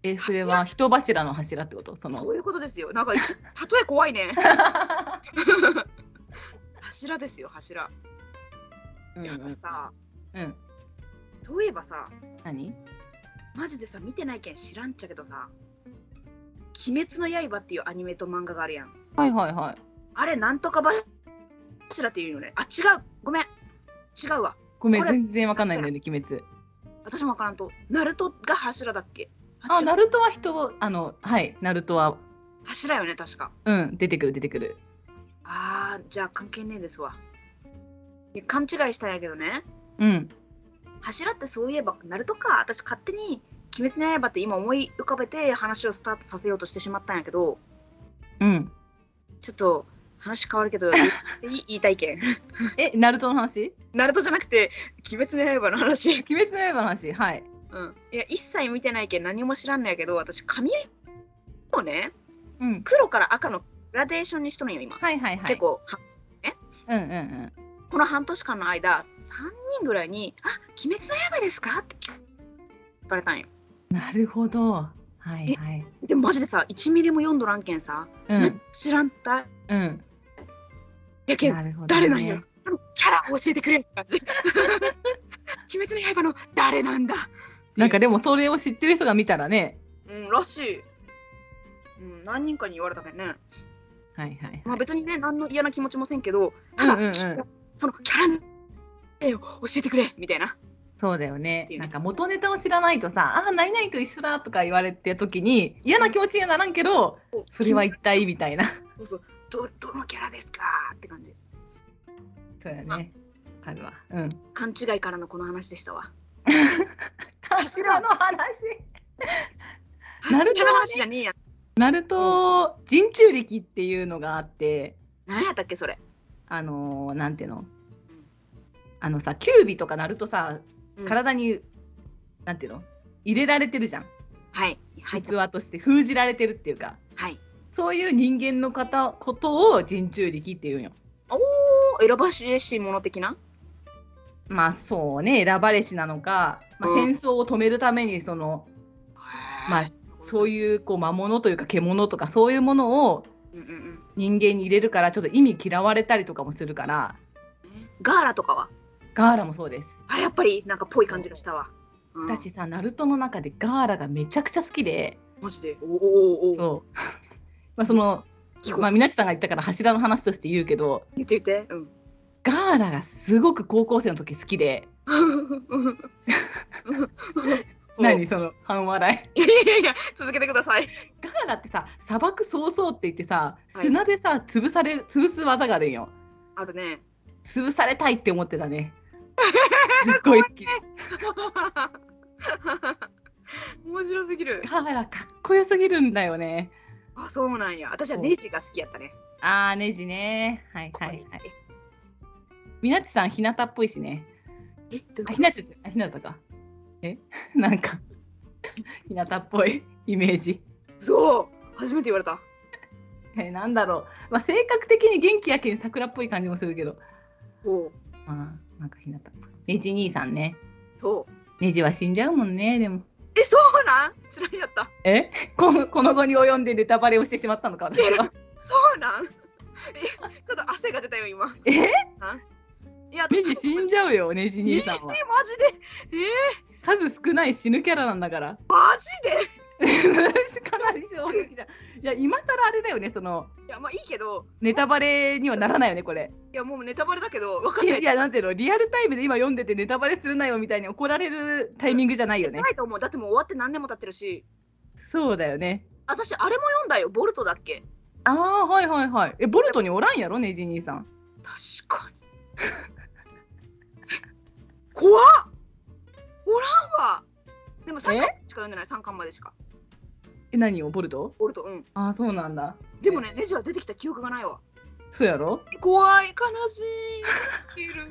B: えそれは人柱の柱ってことその
A: そういうことですよ。なん か、例え怖いね。柱ですよ、柱。
B: うん
A: いや、
B: うん
A: さ、
B: うん
A: そういえばさ、
B: 何
A: マジでさ、見てないけん知らんっちゃけどさ、鬼滅の刃っていうアニメと漫画があるやん。
B: はいはいはい
A: あれ、なんとか柱っていうよね。あ、違う。ごめん。違うわ。
B: ごめん
A: これ
B: 全然わかんないんだよね鬼滅
A: 私もわからんと。ナルトが柱だっけ
B: あ
A: 違う
B: ナルトは人をあのはいナルトは
A: 柱よね、確か。
B: うん出てくる出てくる
A: ああ、じゃあ関係ねえですわ。いや勘違いしたんやけどね。
B: うん
A: 柱ってそういえば、ナルトか。私勝手に、鬼滅の刃って今思い浮かべて話をスタートさせようとしてしまったんやけど、
B: うん
A: ちょっと話変わるけ ど、いい言いたいけん。
B: えナルトの話
A: ナルトじゃなくて、鬼滅の刃の話。
B: 鬼滅の刃の話はい
A: うん。いや、一切見てないけん何も知らんのやけど、私、髪をね、
B: うん
A: 黒から赤のグラデーションにしとるんよ、今。
B: はいはいはい
A: 結構、
B: うんうんうん
A: この半年間の間、3人ぐらいに、あ鬼滅の刃ですかって聞かれたんよ。
B: なるほどはいはい
A: でもマジでさ1ミリも読んどらんけんさ、
B: うん
A: 知らんたい
B: うん
A: やけん
B: なるほどね
A: 誰なんや、キャラ教えてくれって感じ 鬼滅の刃の誰なんだ
B: なんかでもそれを知ってる人が見たらね
A: うんらしい、うん、何人かに言われたけどね、
B: はいはい
A: まあ、別にね何の嫌な気持ちもせんけど
B: う
A: た
B: ん
A: だ、
B: うんうん
A: そのキャラ名を教えてくれみたいな
B: そうだよね
A: っていうね
B: なんか元ネタを知らないとさあー何々と一緒だとか言われて時に嫌な気持ちにはならんけどそれは一体みたいな
A: そうそうどどのキャラですかって感じ
B: そうやねわかるわうん
A: 勘違いからのこの話でしたわ
B: 勘
A: 柱
B: の話。
A: な
B: な
A: る
B: る
A: と
B: と
A: の話じゃねえや。
B: ナルト人中力っていうのがあって、
A: 何やったっけそれ。
B: あのーなんていうの、あのさキュービとかナルトさ
A: うん
B: 体に、なんていうの入れられてるじゃん。
A: はいはい
B: 器として封じられてるっていうか、
A: はい。
B: そういう人間の方ことを人中力っていうんよ。
A: お選ばしいもの的な。
B: まあそうね選ばれしなのか、まあ、
A: うん
B: 戦争を止めるためにその、まあそう
A: いう。
B: いうこう魔物というか獣とかそういうものを
A: うんうんうん
B: 人間に入れるからちょっと意味嫌われたりとかもするから
A: ガーラとかは。
B: ガーラもそうです。
A: あやっぱりなんかぽい感じがしたわ。うん
B: 私さナルトの中でガーラがめちゃくちゃ好きで、
A: マジで。おおおお。
B: そう まあその
A: 聞こう
B: まあみなちさんが言ったから柱の話として言うけど
A: 言って言って。うん。
B: ガーラがすごく高校生の時好きで 何その半笑い。
A: いやいやいや続けてください。
B: ガーラってさ砂漠そうそうって言ってさ
A: はい
B: 砂でさ潰される潰す技があるんよ。
A: あるね。
B: 潰されたいって思ってたね。 すっごい好き。
A: 面白すぎる。
B: ガーラかっこよすぎるんだよね。
A: あそうなんや。私はネジが好きやったね。
B: あーネジね。はい
A: こ
B: は
A: こ
B: い
A: に
B: はい。みなちさん日向っぽいしね。
A: えどういう
B: あ
A: こ
B: ひ
A: と
B: なちゃんあひなたか。え なんかひなたっぽいイメージ。
A: そう初めて言われた。
B: えなんだろう。まあ性格的に元気やけん桜っぽい感じもするけど。
A: おう
B: まあなんかひなたっぽい。ネジ兄さんね。
A: そう。
B: ネジは死んじゃうもんねでも。
A: えそうなん知らんやった。
B: えこのこの後に及んでネタバレをしてしまったのか私 は。
A: そうなんえちょっと汗が出たよ今。
B: え
A: いや
B: ネジ死んじゃうよネジ兄さんは。
A: えマジでえ
B: 数少ない死ぬキャラなんだから
A: ー、マジで
B: かなり衝撃じゃんいや今更あれだよねその
A: いやまあいいけど
B: ネタバレにはならないよねこれ
A: いやもうネタバレだけど分か
B: い
A: んな
B: や
A: い
B: いやなんていうのリアルタイムで今読んでてネタバレするなよみたいに怒られるタイミングじゃないよね
A: ないと思うだってもう終わって何年も経ってるし
B: そうだよね
A: 私あれも読んだよボルトだっけ
B: ああはいはいはいえボルトにおらんやろネジ兄さん
A: 確かに 怖っおらんわでも3巻
B: え
A: しか読んでない3巻までしか
B: え何をボルト
A: ボルトうん
B: ああそうなんだ
A: でもねレジは出てきた記憶がないわ
B: そうやろ
A: 怖い悲しいいる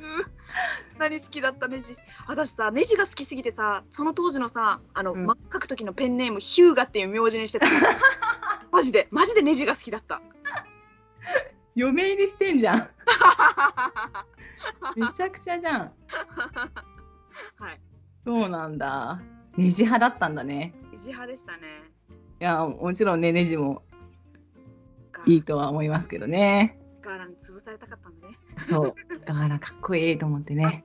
A: 何好きだったネジ私さネジが好きすぎてさその当時のさあの、
B: うん
A: 漫画描く時のペンネームヒューガっていう名字に してたマジでマジでネジが好きだった
B: 嫁入りしてんじゃ んめちゃくちゃじゃん
A: はい
B: そうなんだネジ派だったんだね
A: ネジ派でしたね
B: いやもちろんねネジもいいとは思いますけどね
A: ガーラに潰されたかったんだね
B: そう、だからかっこいいと思ってね。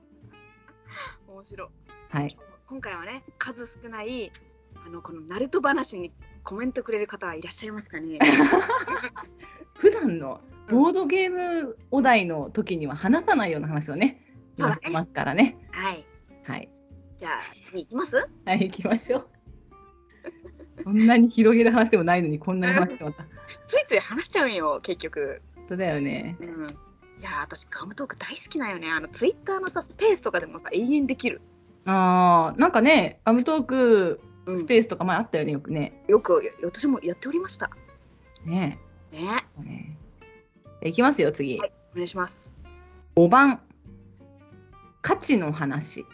A: 面白い
B: はい。
A: 今回はね数少ないあのこのナルト話にコメントくれる方はいらっしゃいますか ね
B: 普段のボードゲームお題の時には話さないような話をね、
A: そうだね
B: 今してますからね。
A: はい
B: はい。
A: じゃあ次いきます
B: はい、行きましょう。こんなに広げる話でもないのにこんなに話してしまった。
A: ついつい話しちゃうんよ結局
B: 本当だよね。
A: うんいやー私ガムトーク大好きなんよねあのツイッターのさスペースとかでもさ永遠できる
B: ああ、なんかね、アムトーク
A: うん
B: スペースとか前あったよね、よくね。
A: よくや私もやっておりました
B: ね
A: ね
B: え。そうねで行きますよ、次。
A: はいお願いします
B: 5番。価値の話。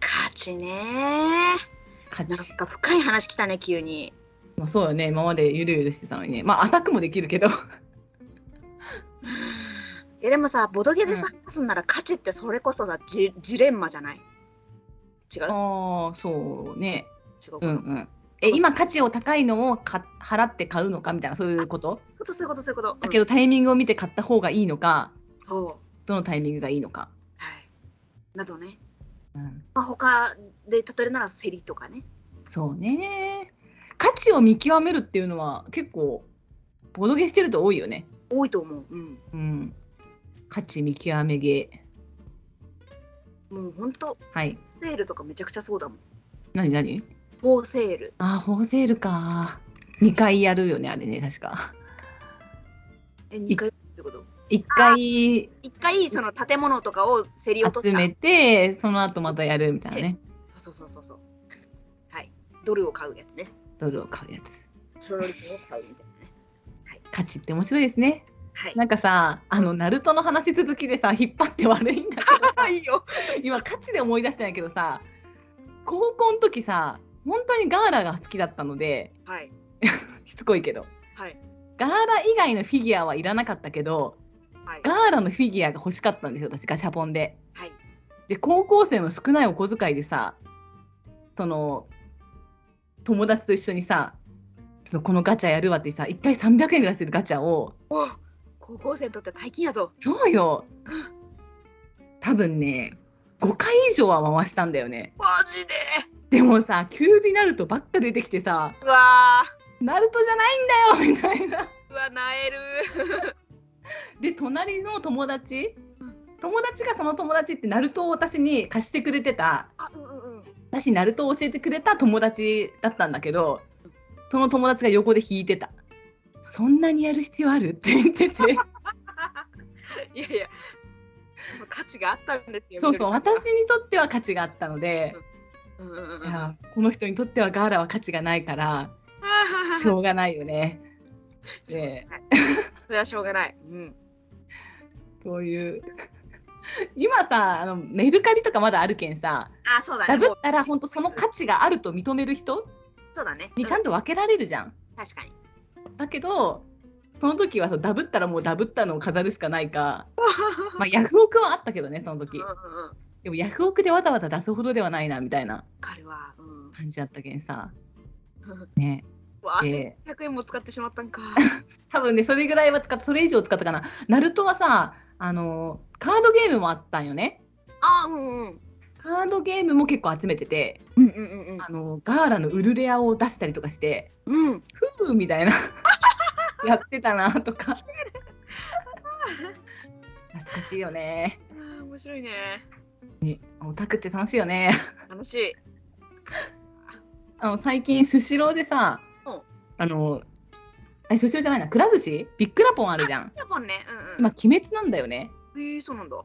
A: 勝ちねー
B: 価
A: なん
B: 値。
A: か深い話来たね急に
B: まあ、そうよね、今までゆるゆるしてたのにね。まあ、浅くもできるけど。
A: いやでもさボドゲでさ話すんなら勝ちってそれこそさジジレンマじゃない違う
B: ああそうね
A: 違うか
B: う
A: なん
B: うんえ今価値を高いのをか払って買うのかみたいなそういうこと
A: あそういうことそういうことそういうこと
B: だけ
A: ど、
B: どタイミングを見て買った方がいいのか
A: うんそう
B: どのタイミングがいいのか、
A: はいなどね
B: うん、
A: まあ他で例えるならセリとかね
B: そうね価値を見極めるっていうのは結構ボドゲしてると多いよね
A: 多いと思ううん
B: うん価値見極めゲー
A: もうほんと
B: はい
A: セールとかめちゃくちゃそうだもん
B: 何何
A: フォーセール
B: あーホーセールか2回やるよねあれね確か
A: え2回ってこと
B: 1回
A: 一回その建物とかを競り落と
B: 集
A: す
B: めてその後またやるみたいなね
A: そうそうそうそう。はい。ドルを買うやつね。
B: ドルを買うやつ
A: プロリスを買うみたいなね。
B: 価値って面白いですね
A: はい。
B: なんかさあのナルトの話続きでさ引っ張って悪いんだけど
A: あいいよ。
B: 今価値で思い出したんやけどさ高校の時さ本当にガーラが好きだったので
A: はい。
B: しつこいけど
A: はい。
B: ガーラ以外のフィギュアはいらなかったけど
A: はい。
B: ガーラのフィギュアが欲しかったんですよ私ガシャポンで。
A: はい。
B: で高校生の少ないお小遣いでさその友達と一緒にさそのこのガチャやるわってさ1回300円ぐらいするガチャを
A: 高校生にとっては大金やぞ。
B: そうよ多分ね5回以上は回したんだよね
A: マジで。
B: でもさ急になるとばっか出てきてさ
A: うわ
B: ナルトじゃないんだよみたいな。
A: ー。うわ、なえる。
B: で隣の友達友達がその友達ってナルトを私に貸してくれてた
A: あ、うんうんうん。
B: 私ナルトを教えてくれた友達だったんだけどその友達が横で弾いてた「そんなにやる必要ある?」って 言ってて
A: いやいや。価値があったんですよ。
B: そうそう
A: みどり
B: 私にとっては価値があったので、
A: さん。うんうんうん
B: いやこの人にとってはガーラは価値がな いからしょうがないよね。で
A: それはしょうがない。うん。
B: そういう今さあのメルカリとかまだあるけんさ
A: あ、そうだね。
B: ダブ
A: も
B: っ
A: う
B: たら本当その価値があると認める人
A: そうだね。
B: にちゃんと分けられるじゃん。
A: うん確かに。
B: だけどその時はさダブったらもうダブったのを飾るしかないか、まあ、ヤフオクはあったけどねその時
A: うんうんうん。わ
B: でもヤフオクでわざわざ出すほどではないなみたいな
A: かるわ。うん。
B: 感じだったけんさ
A: わあ、
B: で
A: 100円も使ってしまった んか。
B: 多分ねそれぐらいは使ったそれ以上使ったかなナルトはさあのカードゲームもあったんよね
A: ああ、うんうん。
B: カードゲームも結構集めてて
A: うんうんうんうん
B: あのガーラのウルレアを出したりとかして
A: うん。
B: ふうみたいなやってたなとか懐かしいよね
A: ああ、面白いね。
B: オタクって楽しいよね
A: 楽しい。
B: あの最近スシローでさ、
A: うん
B: あのえスシローじゃないなくら寿司ビッくらポンあるじゃん
A: やっぱね、うんう
B: 今
A: ん。
B: 鬼滅なんだよね
A: ええ、そうなんだ。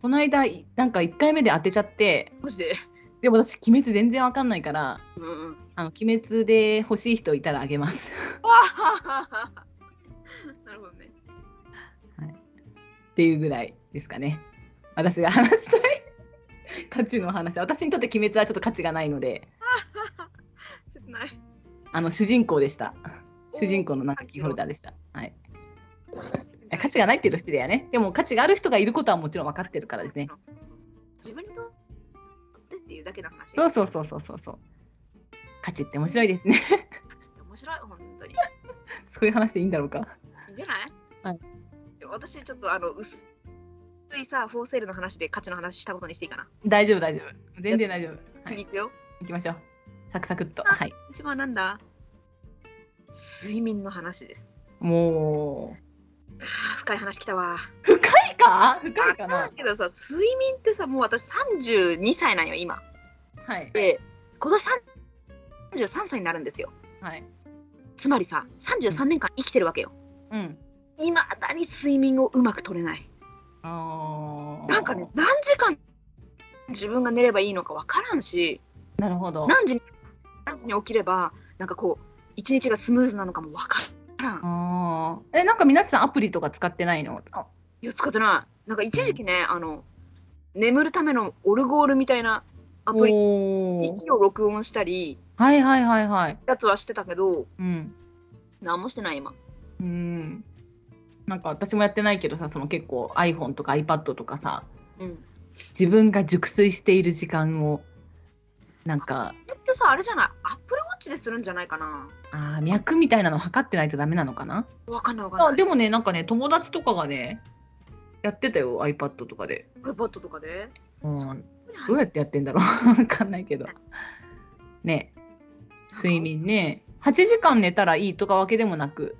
B: この間いなんか1回目で当てちゃって
A: マジで。
B: でも私鬼滅全然わかんないから
A: うんうん。
B: あの鬼滅で欲しい人いたらあげます
A: ああ。 なるほどね。
B: っていうぐらいですかね私が 話したい価値の話私にとって鬼滅はちょっと価値がないので
A: 切ない。
B: あの主人公でした
A: おー
B: 主人公のなんかキーホルダーでしたはいいや価値がないっていうと失礼やねでも価値がある人がいることはもちろん分かってるからですね。
A: 自分にとってっていうだけの話。
B: そうそうそうそうそうそう。価値って面白いですね。
A: 面白い、本当に。い
B: そういう話でいいんだろうか。
A: いんじゃない
B: はい
A: いや私、ちょっとあの、薄いさ、フォーセールの話で価値の話したことにしていいかな。
B: 大丈夫大丈夫。全然大丈夫。はい、
A: 次行くよ。
B: 行きましょう。サクサクっと。はい。
A: 一番なんだ睡眠の話です。
B: も
A: ああ、深い話きたわ。
B: う深いか？深いか
A: あ
B: な
A: だ。けどさ睡眠ってさもう私32歳なんよ今
B: はい
A: で今年33歳になるんですよ
B: はい。
A: つまりさ33年間生きてるわけよ
B: うん。
A: いまだに睡眠をうまく取れない
B: ああ。
A: なんかね。何時間自分が寝ればいいのか分からんし
B: なるほど。
A: 何時に何時に起きればなんかこう一日がスムーズなのかも分からん
B: ああ。えなんか皆さんアプリとか使ってないの？あ
A: いや使ってないなんか一時期ねあの眠るためのオルゴールみたいなアプリ
B: おお。
A: 息を録音したり
B: はいはいはいはい。
A: やつはしてたけど
B: うん。
A: 何もしてない今
B: うん。なんか私もやってないけどさ、その結構 iPhone とか iPad とかさ、
A: うん
B: 自分が熟睡している時間をなんか
A: これってさあれじゃないアップルウォッチでするんじゃないかな
B: あー脈みたいなの測ってないとダメなのかな
A: わかんないわかんない
B: あでもねなんかね友達とかがねやってたよ iPad とかで、
A: iPad とかで
B: うん、どうやってやってんだろう わかんないけどね睡眠ね8時間寝たらいいとかわけでもなく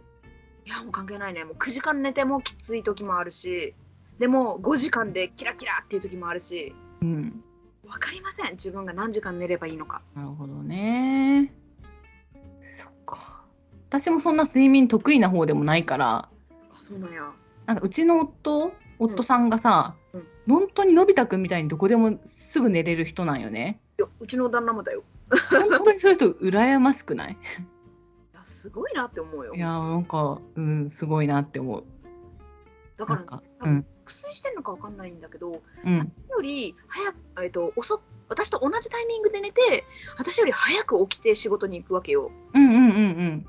A: いやもう関係ないねもう9時間寝てもきつい時もあるしでも5時間でキラキラっていう時もあるし
B: うん
A: わかりません自分が何時間寝ればいいのか
B: なるほどねそっか私もそんな睡眠得意な方でもないから
A: あそうなんや
B: なんかうちの夫夫さんがさ、
A: うん
B: 本当にのび太くんみたいにどこでもすぐ寝れる人なんよね。
A: やうちの旦那もだよ
B: 本当にそういう人羨まし くない
A: いやすごいなって思うよ
B: いやなんかうんすごいなって思う
A: だか
B: な
A: ら
B: ん
A: ね
B: か
A: 多
B: う
A: 分
B: ん
A: 薬してるのかわかんないんだけど、
B: うん
A: より早く、えっと、遅く私と同じタイミングで寝て私より早く起きて仕事に行くわけよ
B: うんうんうんうん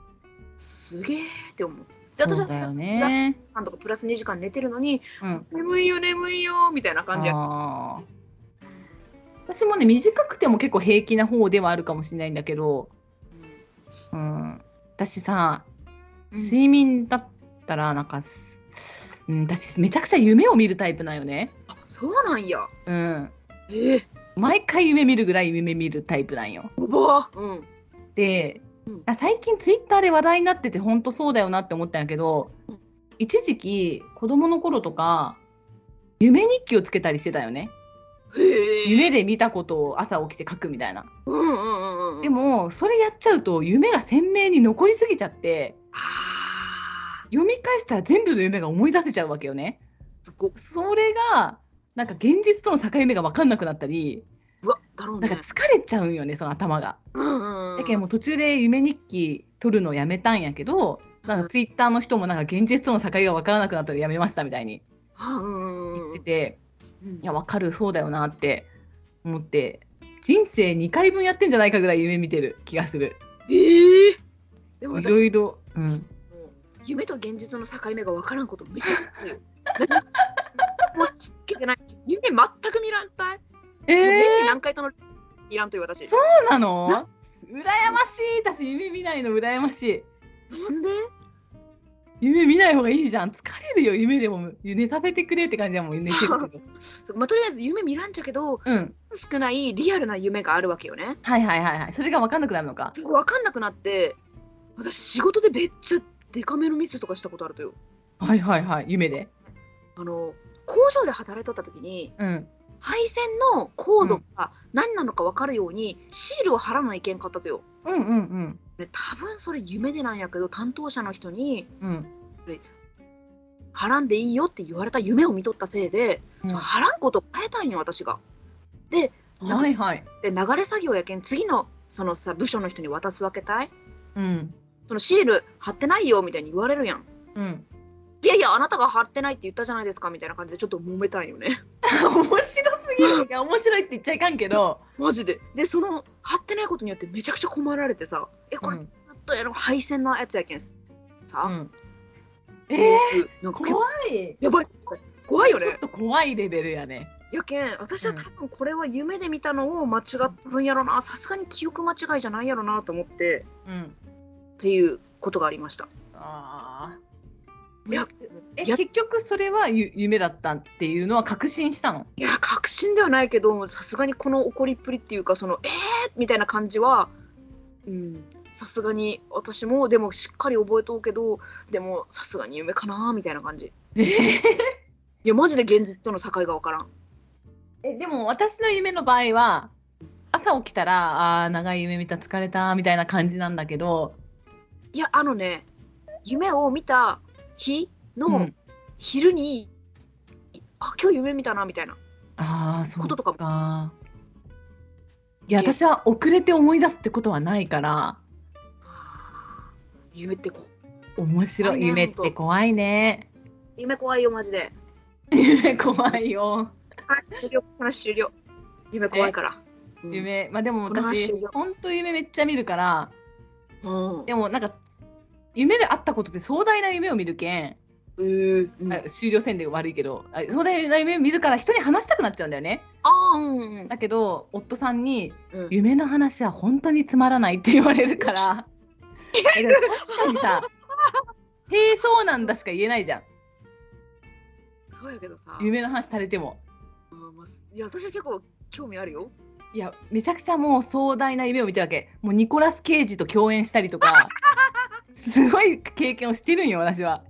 A: すげえって思うで私
B: そ
A: は
B: うだ よね
A: なんとかプラス2時間寝てるのに
B: うん
A: 眠いよ眠いよみたいな感じや
B: あー私もね短くても結構平気な方ではあるかもしれないんだけど、うん、私さ
A: うん
B: 睡眠だったらなんか、すうん、私めちゃくちゃ夢を見るタイプなんよね。
A: あそうなんや
B: うん、
A: ええ
B: 毎回夢見るぐらい夢見るタイプなんよ。
A: おばうん
B: で
A: うん
B: あ最近ツイッターで話題になってて本当そうだよなって思ったんやけど
A: うん
B: 一時期子供の頃とか夢日記をつけたりしてたよね。
A: へえ
B: 夢で見たことを朝起きて書くみたいな。
A: うんうんうんうん
B: でもそれやっちゃうと夢が鮮明に残りすぎちゃって
A: あ
B: 読み返したら全部の夢が思い出せちゃうわけよね。
A: ーすごっ
B: それがなんか現実との境目が分かんなくなったり
A: うわだろう
B: なん
A: ね
B: か疲れちゃうんよねその頭が。
A: うんうんうん
B: だけどもう途中で夢日記取るのをやめたんやけどなんかツイッターの人もなんか現実との境が分からなくなったらやめましたみたいに
A: あうんうん
B: 言
A: うん
B: ってて
A: うん
B: いや分かるそうだよなって思って人生2回分やってんじゃないかぐらい夢見てる気がする。
A: ええでも
B: い
A: 私
B: ろいろ、うん、
A: もう夢と現実の境目が分からんことめちゃくちゃある よ。もうつけてないし、夢全く見らんたい。
B: え
A: もう
B: ー
A: 年に何回とも見らんという私。
B: そそうなの羨ましい私夢見ないの羨ましい
A: なんで
B: 夢見ない方がいいじゃん疲れるよ夢でも寝させてくれって感じはもう寝てる けど
A: そうまあ、とりあえず夢見らんじゃけど、
B: うん
A: 少ないリアルな夢があるわけよね。
B: はいはいはいはいそれが分かんなくなるのか
A: それ分かんなくなって、私仕事でめっちゃデカめのミスとかしたことあるとよ。
B: はいはいはい夢で
A: あの工場で働いとった時に
B: うん
A: 配線のコードが何なのか分かるようにシールを貼らないけんかったとよ。
B: うんうんうん
A: で多分それ夢でなんやけど担当者の人に
B: うん
A: はらんでいいよって言われた夢を見とったせいで、
B: うん
A: そのはらんことを変えたんよ私が。でなんか
B: はいはい
A: で流れ作業やけん次のそのさ部署の人に渡すわけたい
B: うん
A: そのシール貼ってないよみたいに言われるやん。
B: うん
A: いやいやあなたが貼ってないって言ったじゃないですかみたいな感じでちょっと揉めたんよね。
B: 面白すぎるいや面白いって言っちゃいかんけど、
A: マジで。でその貼ってないことによってめちゃくちゃ困られてさえ
B: う
A: これ、
B: ん
A: あとやろ配線のやつやけんさ。
B: うん、
A: え
B: え
A: なんか
B: 怖い
A: やばい怖いよ
B: ちょ
A: ね
B: っ。と怖いレベルやね
A: やけん私は
B: うん
A: 多分これは夢で見たのを間違っとるんやろなさすがに記憶間違いじゃないやろなと思って
B: うん
A: っていうことがありました。
B: あ
A: いや
B: え
A: いや
B: 結局それはゆ夢だったっていうのは確信したの
A: いや確信ではないけどさすがにこの怒りっぷりっていうかそのえーみたいな感じはうんさすがに私もでもしっかり覚えとうけどでもさすがに夢かなみたいな感じ。
B: え
A: いやマジで現実との境がわからん。
B: えでも私の夢の場合は朝起きたらあー長い夢見た疲れたみたいな感じなんだけど、
A: いやあのね夢を見た日
B: う
A: の
B: ん
A: 昼に、あ今日夢見たなみたいな。
B: ああそ
A: こと
B: う
A: とかも
B: かいや
A: いや
B: 私は遅れて思い出すってことはないから
A: 夢ってこ
B: 面白
A: 怖い
B: い
A: ね
B: 夢って怖いね
A: 夢怖いよマジで
B: 夢怖いよ、
A: 話終了話終了夢怖いから、うん、
B: 夢まあでも
A: この話
B: 私ほんと夢めっちゃ見るから
A: うん
B: でもなんか夢であったことって壮大な夢を見るけん、
A: うんうん
B: あ終了線で悪いけどあ壮大な夢を見るから人に話したくなっちゃうんだよね
A: あーうんうん
B: だけど夫さんに
A: うん
B: 夢の話は本当につまらないって言われるからでも確かにさ「へえそうなんだ」しか言えないじゃん
A: そうやけどさ
B: 夢の話されても
A: いや私は結構興味あるよ
B: いやめちゃくちゃもう壮大な夢を見てるわけもうニコラス・ケイジと共演したりとかすごい経験をしてるんよ私は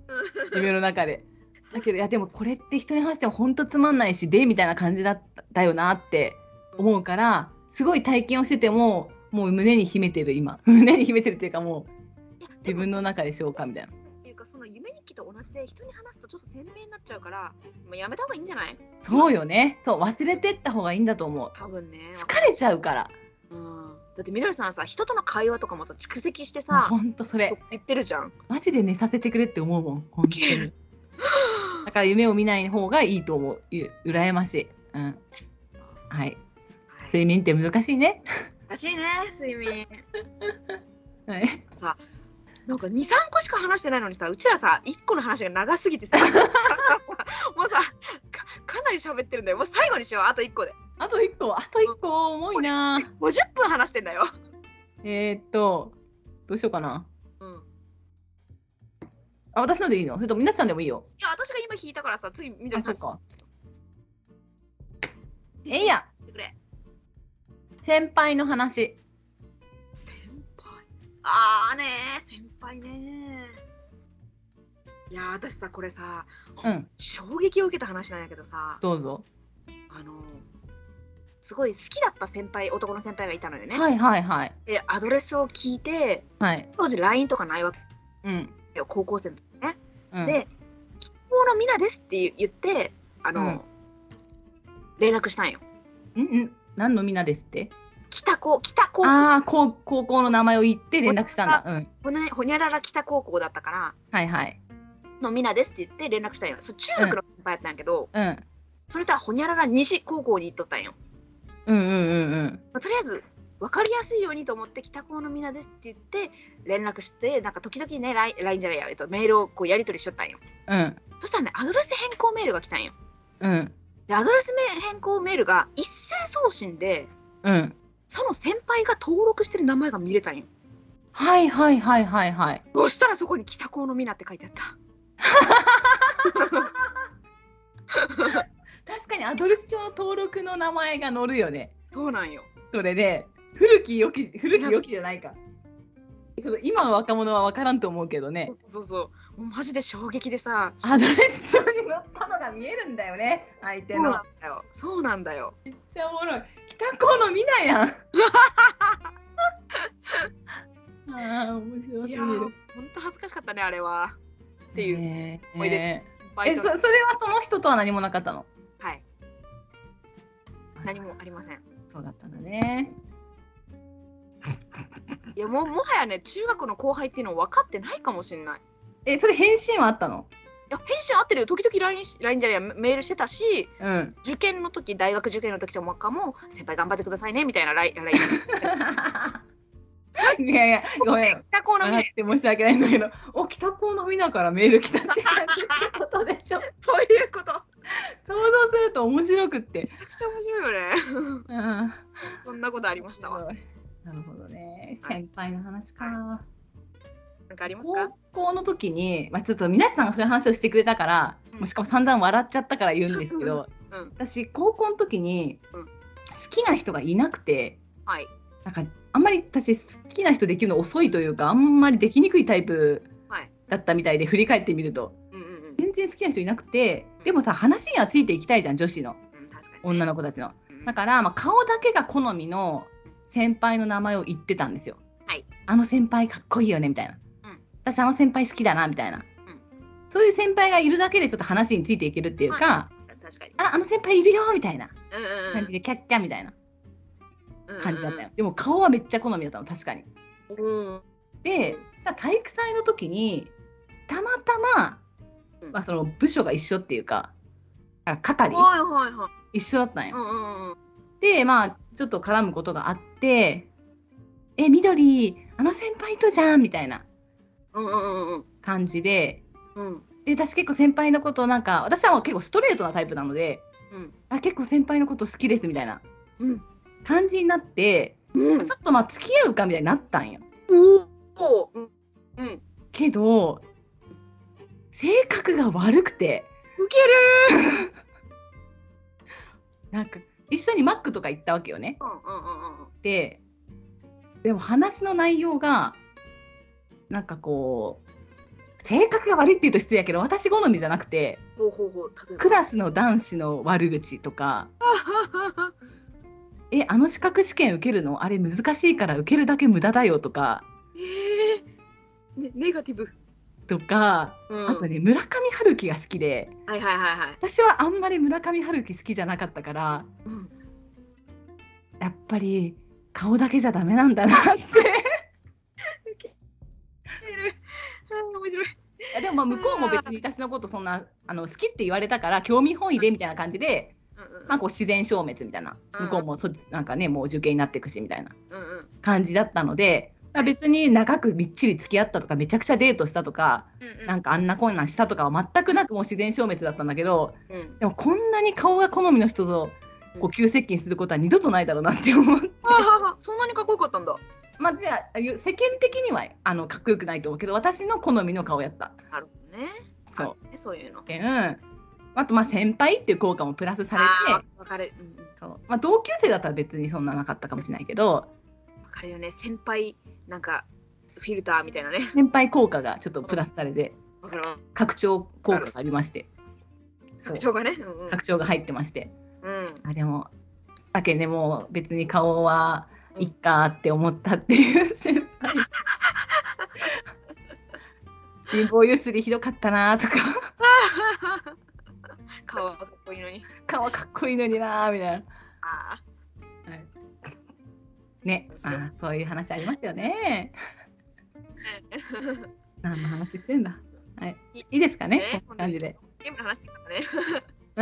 B: 夢の中でだけどいやでもこれって人に話しても本当つまんないしでみたいな感じだっただよなって思うからすごい体験をしてても もう胸に秘めてる今胸に秘めてるっていうかもう自分の中でしょうかみたいな
A: っていうかかその夢日記と同じで人に話すとちょっと鮮明になっちゃうからもうやめた方がいいんじゃない
B: そうよねそう忘れてった方がいいんだと思う
A: 多分ね
B: 疲れちゃうから
A: うんだってみどりさんさ人との会話とかもさ蓄積してさ
B: ほんとそれ
A: 言ってるじゃん
B: マジで寝させてくれって思うもん本 当にだから夢を見ない方がいいと思うゆ羨ましいうんはい睡眠って難しいね
A: らしいね睡眠
B: はい
A: なんか23個しか話してないのにさうちらさ1個の話が長すぎ てさもうさかかなり喋ってるんだよもう最後にしようあと1個で
B: あと1個あと1個重いな
A: 50分話してんだよ、
B: えー、っとどうしようかな
A: うん、い
B: あ私のでいいのそれともみなさんでもいいよ
A: や私が今引いたからさ次みど
B: あ
A: り
B: そ
A: さ
B: っ
A: ん
B: かえ
A: え
B: いや
A: くれ
B: 先輩の話
A: 先輩ああねー先輩ねーいやー私さこれさ
B: うん
A: 衝撃を受けた話なんやけどさ
B: どうぞ
A: あのーすごい好きだった先輩男の先輩がいたのよね、
B: はいはいはい
A: でアドレスを聞いて
B: はい
A: 当時 LINE とかないわけ
B: うん
A: よ高校生の時ね、
B: うん
A: で「希望のみなです」って言ってあの、
B: うん
A: 連絡したんよ
B: うんうん何のみんなですって
A: 北高北高校
B: ああ高高校の名前を言って連絡したんだうん
A: ほねほにゃらら北高校だったから
B: はいはい
A: のみなですって言って連絡したんよそう中学の先輩やったんやけど、
B: うん
A: それとはほにゃらら西高校に行っとったんよ、
B: うんうんうんうん
A: まあとりあえず分かりやすいようにと思って北高のみなですって言って連絡してなんか時々ね LINE LINE じゃないや、えっと、メールをこうやり取りしとったんよ
B: うん
A: そしたらねアドレス変更メールが来たんよ
B: うん
A: でアドレスめ変更メールが一斉送信で
B: うん
A: その先輩が登録してる名前が見れたんよ
B: はいはいはいはいはい
A: そしたらそこに北高のみなって書いてあった
B: 確かにアドレス帳の登録の名前が載るよね
A: そうなんよ
B: それで古き良き古き良きじゃないかその今の若者は分からんと思うけどね
A: そうそうもうマジで衝撃でさ
B: アドレス帳に載ったのが見えるんだよね相手
A: そうな
B: の
A: んだよそうなんだよ
B: めっちゃおもろい北高の見ないやん ああ面白す
A: い
B: ぎ
A: やーほ
B: る
A: んと恥ずかしかったねあれはっていう
B: ねえ
A: 思い出
B: ね
A: 先
B: え
A: 輩
B: えそ
A: と
B: それはその人とは何もなかったの
A: はい何もありません
B: そうだったんだね
A: いやもうもはやね中学の後輩っていうの分かってないかもしんないい
B: えそれ返信はあったの
A: や返信合ってるよ時々 LINE し LINE じゃねえやメールしてたし
B: うん
A: 受験の時大学受験の時とかも先輩頑張ってくださいねみたいな LINE
B: いやいや ごめん
A: 北高のみ
B: 笑
A: な
B: って申し訳ないんだけど、お北高のみなからメール来たって感じってことでしょ。
A: そういうこと
B: 想像すると面白くって。
A: めちゃくちゃ面白いよね
B: うん。
A: そんなことありましたわ
B: なるほどね。
A: はい
B: 先輩の話か。
A: なんかあります
B: 高
A: か
B: 校の時に、まあ、ちょっと皆さんがそういう話をしてくれたから、
A: うん
B: もうしかも散々笑っちゃったから言うんですけど、
A: うん
B: 私高校の時に
A: うん
B: 好きな人がいなくて、
A: はい
B: なんかあんまり私好きな人できるの遅いというかあんまりできにくいタイプ
A: はい
B: だったみたいで振り返ってみると。
A: うんうんうん
B: 全然好きな人いなくてでもさ話にはついていきたいじゃん女子の
A: うん確かに
B: 女
A: の
B: の子たちの
A: うん
B: だから、まあ、顔だけが好みの先輩の名前を言ってたんですよ、
A: はい
B: あの先輩かっこいいよねみたいな、
A: うん
B: 私あの先輩好きだなみたいな、そういう先輩がいるだけでちょっと話についていけるっていうか、
A: 確かに
B: ああの先輩いるよみたいな
A: うんうんうん
B: 感じでキャッキャみたいな
A: うんうん
B: 感じだったよ、でも顔はめっちゃ好みだったの確かに
A: うん
B: で体育祭の時にたまたま、
A: うん
B: まあ、その部署が一緒っていうかあ係
A: はいはいはい
B: 一緒だったんよ、
A: うんうんうん
B: でまあちょっと絡むことがあって「えみどりあの先輩とじゃん」みたいな
A: うんうんうん
B: 感じで
A: うん
B: で私結構先輩のことなんか私はもう結構ストレートなタイプなので
A: うん
B: あ結構先輩のこと好きですみたいな
A: うん
B: 感じになって、
A: うん
B: ちょっとまあ付き合うかみたいになったんよ
A: おうんうんウ
B: けど性格が悪くて
A: ケる
B: なんか一緒にマックとか行ったわけよね
A: うんうんうんうん
B: ででも話の内容がなんかこう性格が悪いっていうと失礼やけど私好みじゃなくて
A: ほうほうほう例えば
B: クラスの男子の悪口とか 「えあの資格試験受けるのあれ難しいから受けるだけ無駄だよ」とか
A: えーねネガティブ
B: とか、
A: うん、
B: あとね村上春樹が好きで
A: はいはいはいはい。
B: 私はあんまり村上春樹好きじゃなかったから
A: うん
B: やっぱり顔だけじゃダメなんだなって
A: 面白い。
B: いやでもまあ向こうも別に私のことそんなあの好きって言われたから興味本位でみたいな感じで、
A: うんうん
B: まあ、こう自然消滅みたいな
A: うん
B: 向こうもそっちなんかねもう受験になっていくしみたいな
A: うんうん
B: 感じだったので、まあ、別に長くみっちり付き合ったとかめちゃくちゃデートしたとか
A: うんうん
B: なんかあんなこんなんしたとかは全くなくもう自然消滅だったんだけど
A: うん
B: でもこんなに顔が好みの人とこう急接近することは二度とないだろうなって思う。
A: あーそんなにかっこよかったんだ。
B: まあじゃあ世間的にはあのかっこよくないと思うけど私の好みの顔やった。
A: なるほどね。。
B: そう
A: ね、そういうの。
B: う。うん、あとまあ先輩っていう効果もプラスされ
A: あ
B: て
A: ーわかる。うんうん
B: そう、まあ、同級生だったら別にそんななかったかもしれないけど
A: わかるよね。先輩なんかフィルターみたいなね。
B: 先輩効果がちょっとプラスされて
A: わかるわ。
B: 拡張効果がありましてそう
A: 特徴がね。うんうん。
B: 拡張が入ってまして
A: うん
B: あでもだけでもう別に顔はいっかって思ったっていう 先輩貧乏ゆすりひどかったなとか
A: 顔はかっこいいの に。
B: 顔かっこいいのになーみたいな。
A: あ
B: はいね、
A: そう
B: まあそういう話ありますよね。
A: ー
B: 何の話してんだ。はい、いいですかね。
A: ね
B: こんな感じで。
A: ゲームの話してた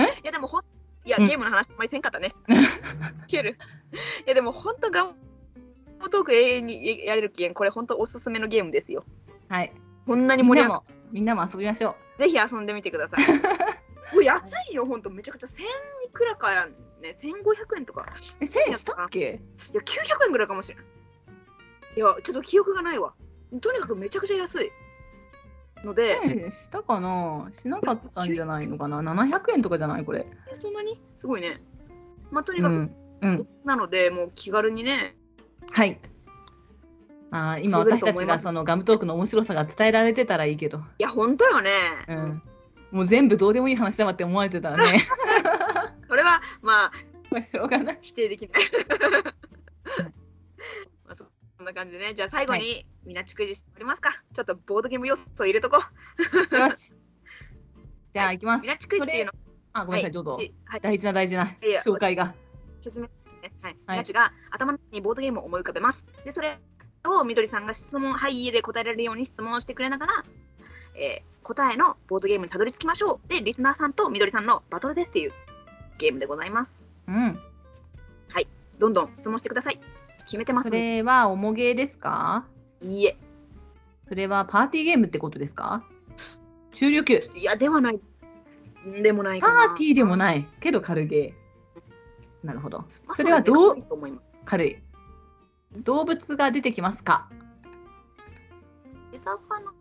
A: ね。
B: え
A: いやでもほんいや、
B: うん
A: ゲームの話あんまりせんかった ね。ケル。いやでも本当がトーク永遠にやれるけんこれ本当おすすめのゲームですよ。
B: はい。
A: こんなに
B: みん
A: 盛り上
B: な
A: が
B: もみんなも遊びましょ
A: ぜひ遊んでみてくだ さい。これ安いよ本当めちゃくちゃ1000いくらかやんね1500円とか
B: う。え、千したっけ？
A: いや900円ぐらいかもしれない。いやちょっと記憶がないわ。とにかくめちゃくちゃ安いので。
B: 千したかな。しなかったんじゃないのかな。七百円とかじゃないこれ。
A: えそんなにすごいね。まあ、とに
B: う
A: かく、
B: ん。うん。
A: なので、もう気軽にね。
B: はい。まあ今
A: 遊べる
B: 私
A: と思
B: た
A: い
B: ち
A: ます
B: がそのガムトークの面白さが伝えられてたらいいけど。
A: いや、本当よね。
B: うん。もう全部どうでもいい話だわって思われてたら ね。
A: それは、まあ、
B: まあしょうがない。
A: 否定できない。 まあ、そんな感じでね。じゃあ、最後に、みんな逐次しておりますか。ちょっとボードゲーム要素を入れとこう。
B: よし。じゃあ行きます
A: みん。な逐次っていうの。
B: あ、ごめんなさい。どうぞ
A: は。い、はい
B: 大事な大事ない
A: や
B: 紹介が。
A: 説明しますね。はい。
B: はい
A: みなちが頭の中にボードゲームを思い浮かべます。で、それをみどりさんが質問、はい、家で答えられるように質問をしてくれながら、えー答えのボードゲームにたどり着きましょう。で、リスナーさんとみどりさんのバトルですっていうゲームでございます。
B: うん。
A: どんどん質問してください。決めてます
B: そ
A: ね。
B: れはおもげですか？
A: いいえ。
B: それはパーティーゲームってことですか？中力球。
A: いや、ではない。んでもない
B: パ
A: かな。
B: ーティーでもないけど軽ゲー。なるほど。
A: まあ
B: それはど
A: う
B: う
A: だねと思います
B: 軽い。動物が出てきますか？
A: 出たかな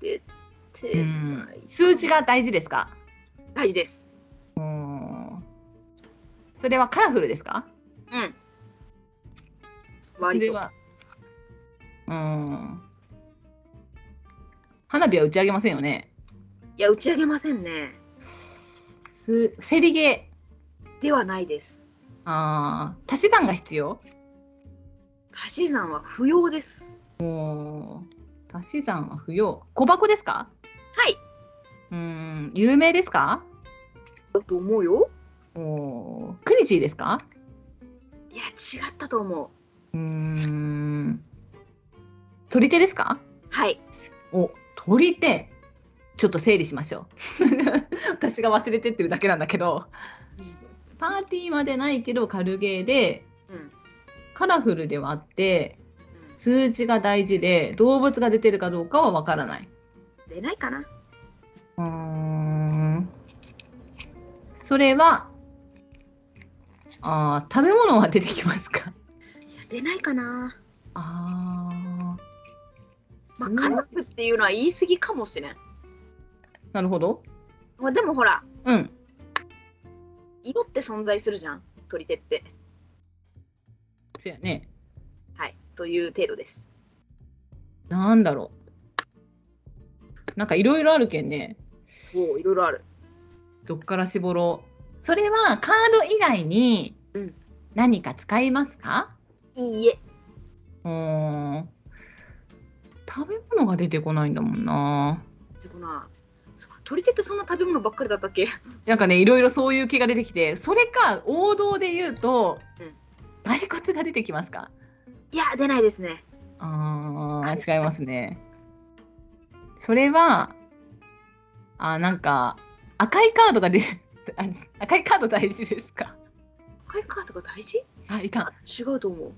A: 出
B: う
A: て
B: ん
A: ない。
B: 数字が大事ですか？
A: 大事です。
B: それはカラフルですか？
A: うん。
B: それ
A: 割と
B: は。うん。花火は打ち上げませんよね。
A: いや、打ち上げませんね。
B: す競りゲー。
A: ではないです。
B: ああ、足し算が必要？
A: 足し算は不要です。
B: 足し算は不要。小箱ですか？
A: はい。
B: うーん、有名ですか？
A: だと思うよ。
B: おークニチーですか？
A: いや、違ったと思う。
B: うーん、取り手ですか？
A: はい。
B: お、取り手。ちょっと整理しましょう。 私が忘れてってるだけなんだけど、パーティーまでないけど軽ゲーで
A: うん。うん
B: カラフルではあって数字が大事で動物が出てるかどうかはわからない。
A: 出ないかな。
B: うーんそれはあー食べ物は出てきますか
A: いや、出ないかな。
B: あ
A: まあ、カラフっていうのは言い過ぎかもしれん。
B: なるほど
A: まあ、でもほら、
B: うん
A: 色って存在するじゃん。取り手って。
B: そやね
A: はい。という程度です。
B: なんだろうなんかいろいろあるけんね
A: おお、いろいろある。
B: どっから絞ろうそれはカード以外に
A: うん
B: 何か使いますか、
A: いいえ。
B: うーん食べ物が出てこないんだもんな
A: 出てこないそう鳥ってそんな食べ物ばっかりだったっけ
B: なんかねいろいろそういう気が出てきてそれか王道で言うと、
A: うん
B: 骸骨が出てきますか
A: いや出ないですね
B: あー違いますねそれはあーなんか赤いカードが出あ赤いカード大事ですか
A: 赤いカードが大事
B: あいかん
A: 違うと思う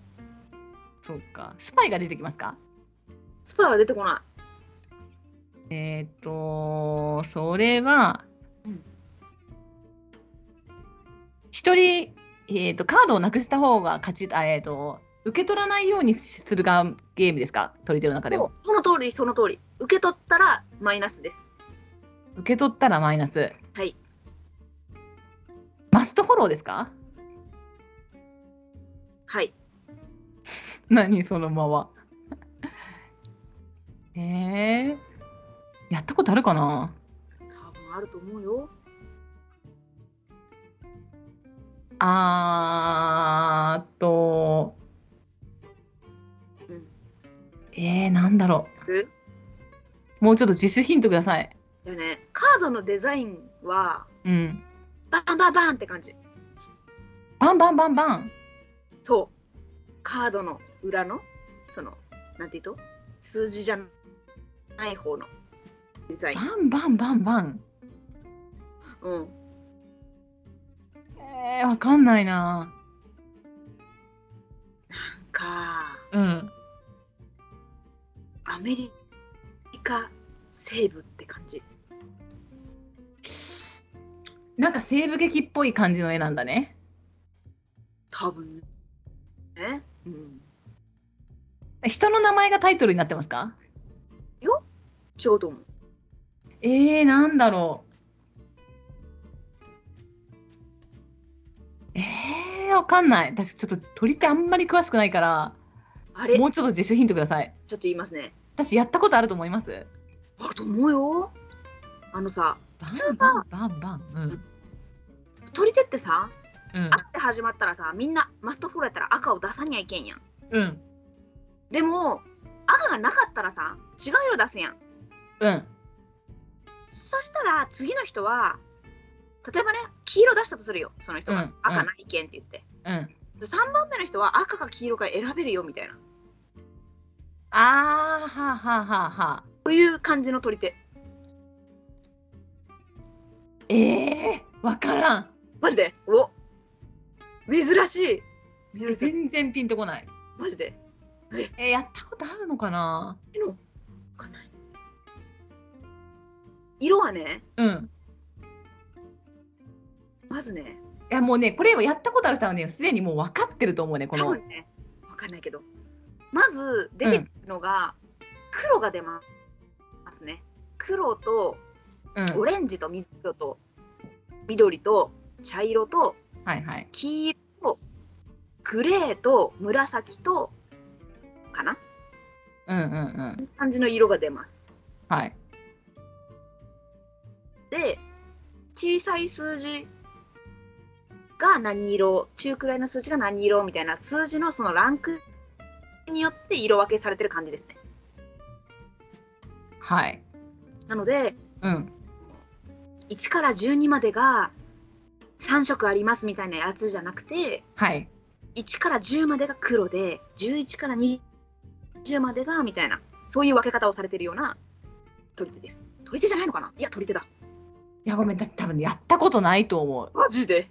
B: そうかスパイが出てきますか
A: スパイは出てこない
B: えっ、とそれは
A: うん
B: 一人、えー、とカードをなくした方が勝ちあえっ、と受け取らないようにするがゲームですか取り手の中で
A: で
B: も
A: もその通りその通り受け取ったらマイナスです
B: 受け取ったらマイナス
A: はい
B: マストフォローですか
A: はい
B: 何そのまま えー、やったことあるかな
A: 多分あると思うよ
B: あーっと
A: うん
B: えー、なんだろ
A: え
B: うもうちょっと自主ヒントください
A: だよねカードのデザインは
B: うん
A: バンバンバンって感じ
B: バンバンバンバン
A: そうカードの裏のそのなんて言うと数字じゃない方のデザイン
B: バンバンバンバン
A: うん
B: えー、わかんないな
A: か
B: うん
A: アメリカ西部って感じ
B: なんか西部劇っぽい感じの絵なんだね
A: 多分ねうん
B: 人の名前がタイトルになってますか
A: ちょうども
B: えー、なんだろう。えー、わかんない。私ちょっと鳥ってあんまり詳しくないから、
A: あれち
B: も
A: ょ
B: う
A: っ
B: ちょっと自主ヒントください。
A: と言いますね
B: 私やったことあると思います。
A: あると思うよあのさ
B: バ
A: 通
B: ンバ
A: さ
B: ンバンバン。うん。
A: 取り手ってさ
B: うん
A: 赤で始まったらさみんなマストフォローやったら赤を出さにゃいけんやん。
B: うん。
A: でも赤がなかったらさ違う色出すやん
B: うん。
A: そしたら次の人は例えばね黄色出したとするよその人が、
B: うん
A: 赤ないけんって言って
B: うん。
A: 3番目の人は赤か黄色か選べるよみたいな
B: あー、はあ、はあはあはあ。
A: そういう感じの取り手
B: えー、わからん。
A: マジでお珍しいみのりさん
B: 全然ピンとこない。
A: マジで
B: えー、やったことあるのかな
A: 色わかんない色はね
B: うん。
A: まずね
B: いやもうね、これやったことある人はね、すでにもう分かってると思うね、こ
A: 多
B: の。
A: 分ねわかんないけどまず出てくるのが、黒が出ますね黒と
B: うん。
A: オレンジと水色と緑と茶色と
B: はいはい。
A: 黄色とグレーと紫とかな
B: うんうんうん。
A: 感じの色が出ます。
B: はい。
A: で小さい数字が何色中くらいの数字が何色みたいな数字のそのランクによって色分けされてる感じですね。
B: はい。
A: なので
B: うん。
A: 1から12までが3色ありますみたいなやつじゃなくて
B: はい。
A: 1から10までが黒で11から20までがみたいなそういう分け方をされてるような取り手です。取り手じゃないのかないや取り手だ。
B: いや、ごめん、だって多分ねやったことないと思う。
A: マジで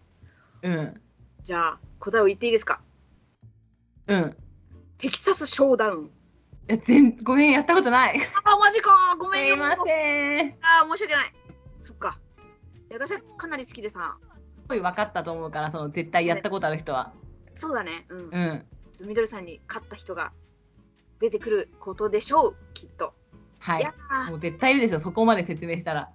B: うん。
A: じゃあ答えを言っていいですか
B: うん。い
A: テキサスショーダウン。
B: や、全、ごめん、やったことない。す
A: あ、マジか。ごめん
B: い
A: よ。
B: ません。す
A: あー、申し訳ない。そっか。いや私はかなり好きでさ。
B: ごい分かったと思うから、その絶対やったことある人は。
A: そうだね。うん。
B: うん。
A: みどりさんに勝った人が出てくることでしょう、きっと。、
B: はい
A: や
B: い。
A: ー
B: もう絶対いるでしょ、そこまで説明したら。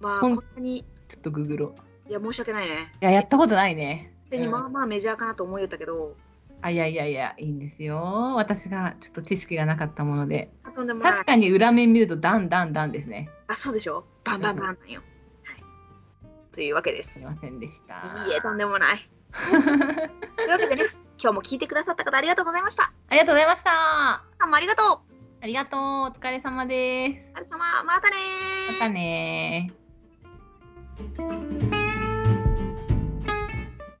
A: まあ、こ
B: ほん
A: んなに、い
B: ちょっとググろう。
A: や、申し訳ないね。
B: いや、やったことないね。
A: でに
B: うん
A: まあまあメジャーかなと思いよったけど、
B: あ、いやいやいや、いいんですよ。私がちょっと知識がなかったもので。
A: あとんでもない
B: 確かに裏面見ると、ダンダンダンですね。
A: あ、そうでしょバンバンバンなんよ。はい。というわけです。
B: すい
A: い
B: ませんでした。
A: いえ、とんでもない。というわけでね、今日も聞いてくださった方ありがとうございました。
B: ありがとうございました。
A: どうもありがとう。
B: ありがとう。お疲れ様です。
A: あれ様、またねー
B: またねー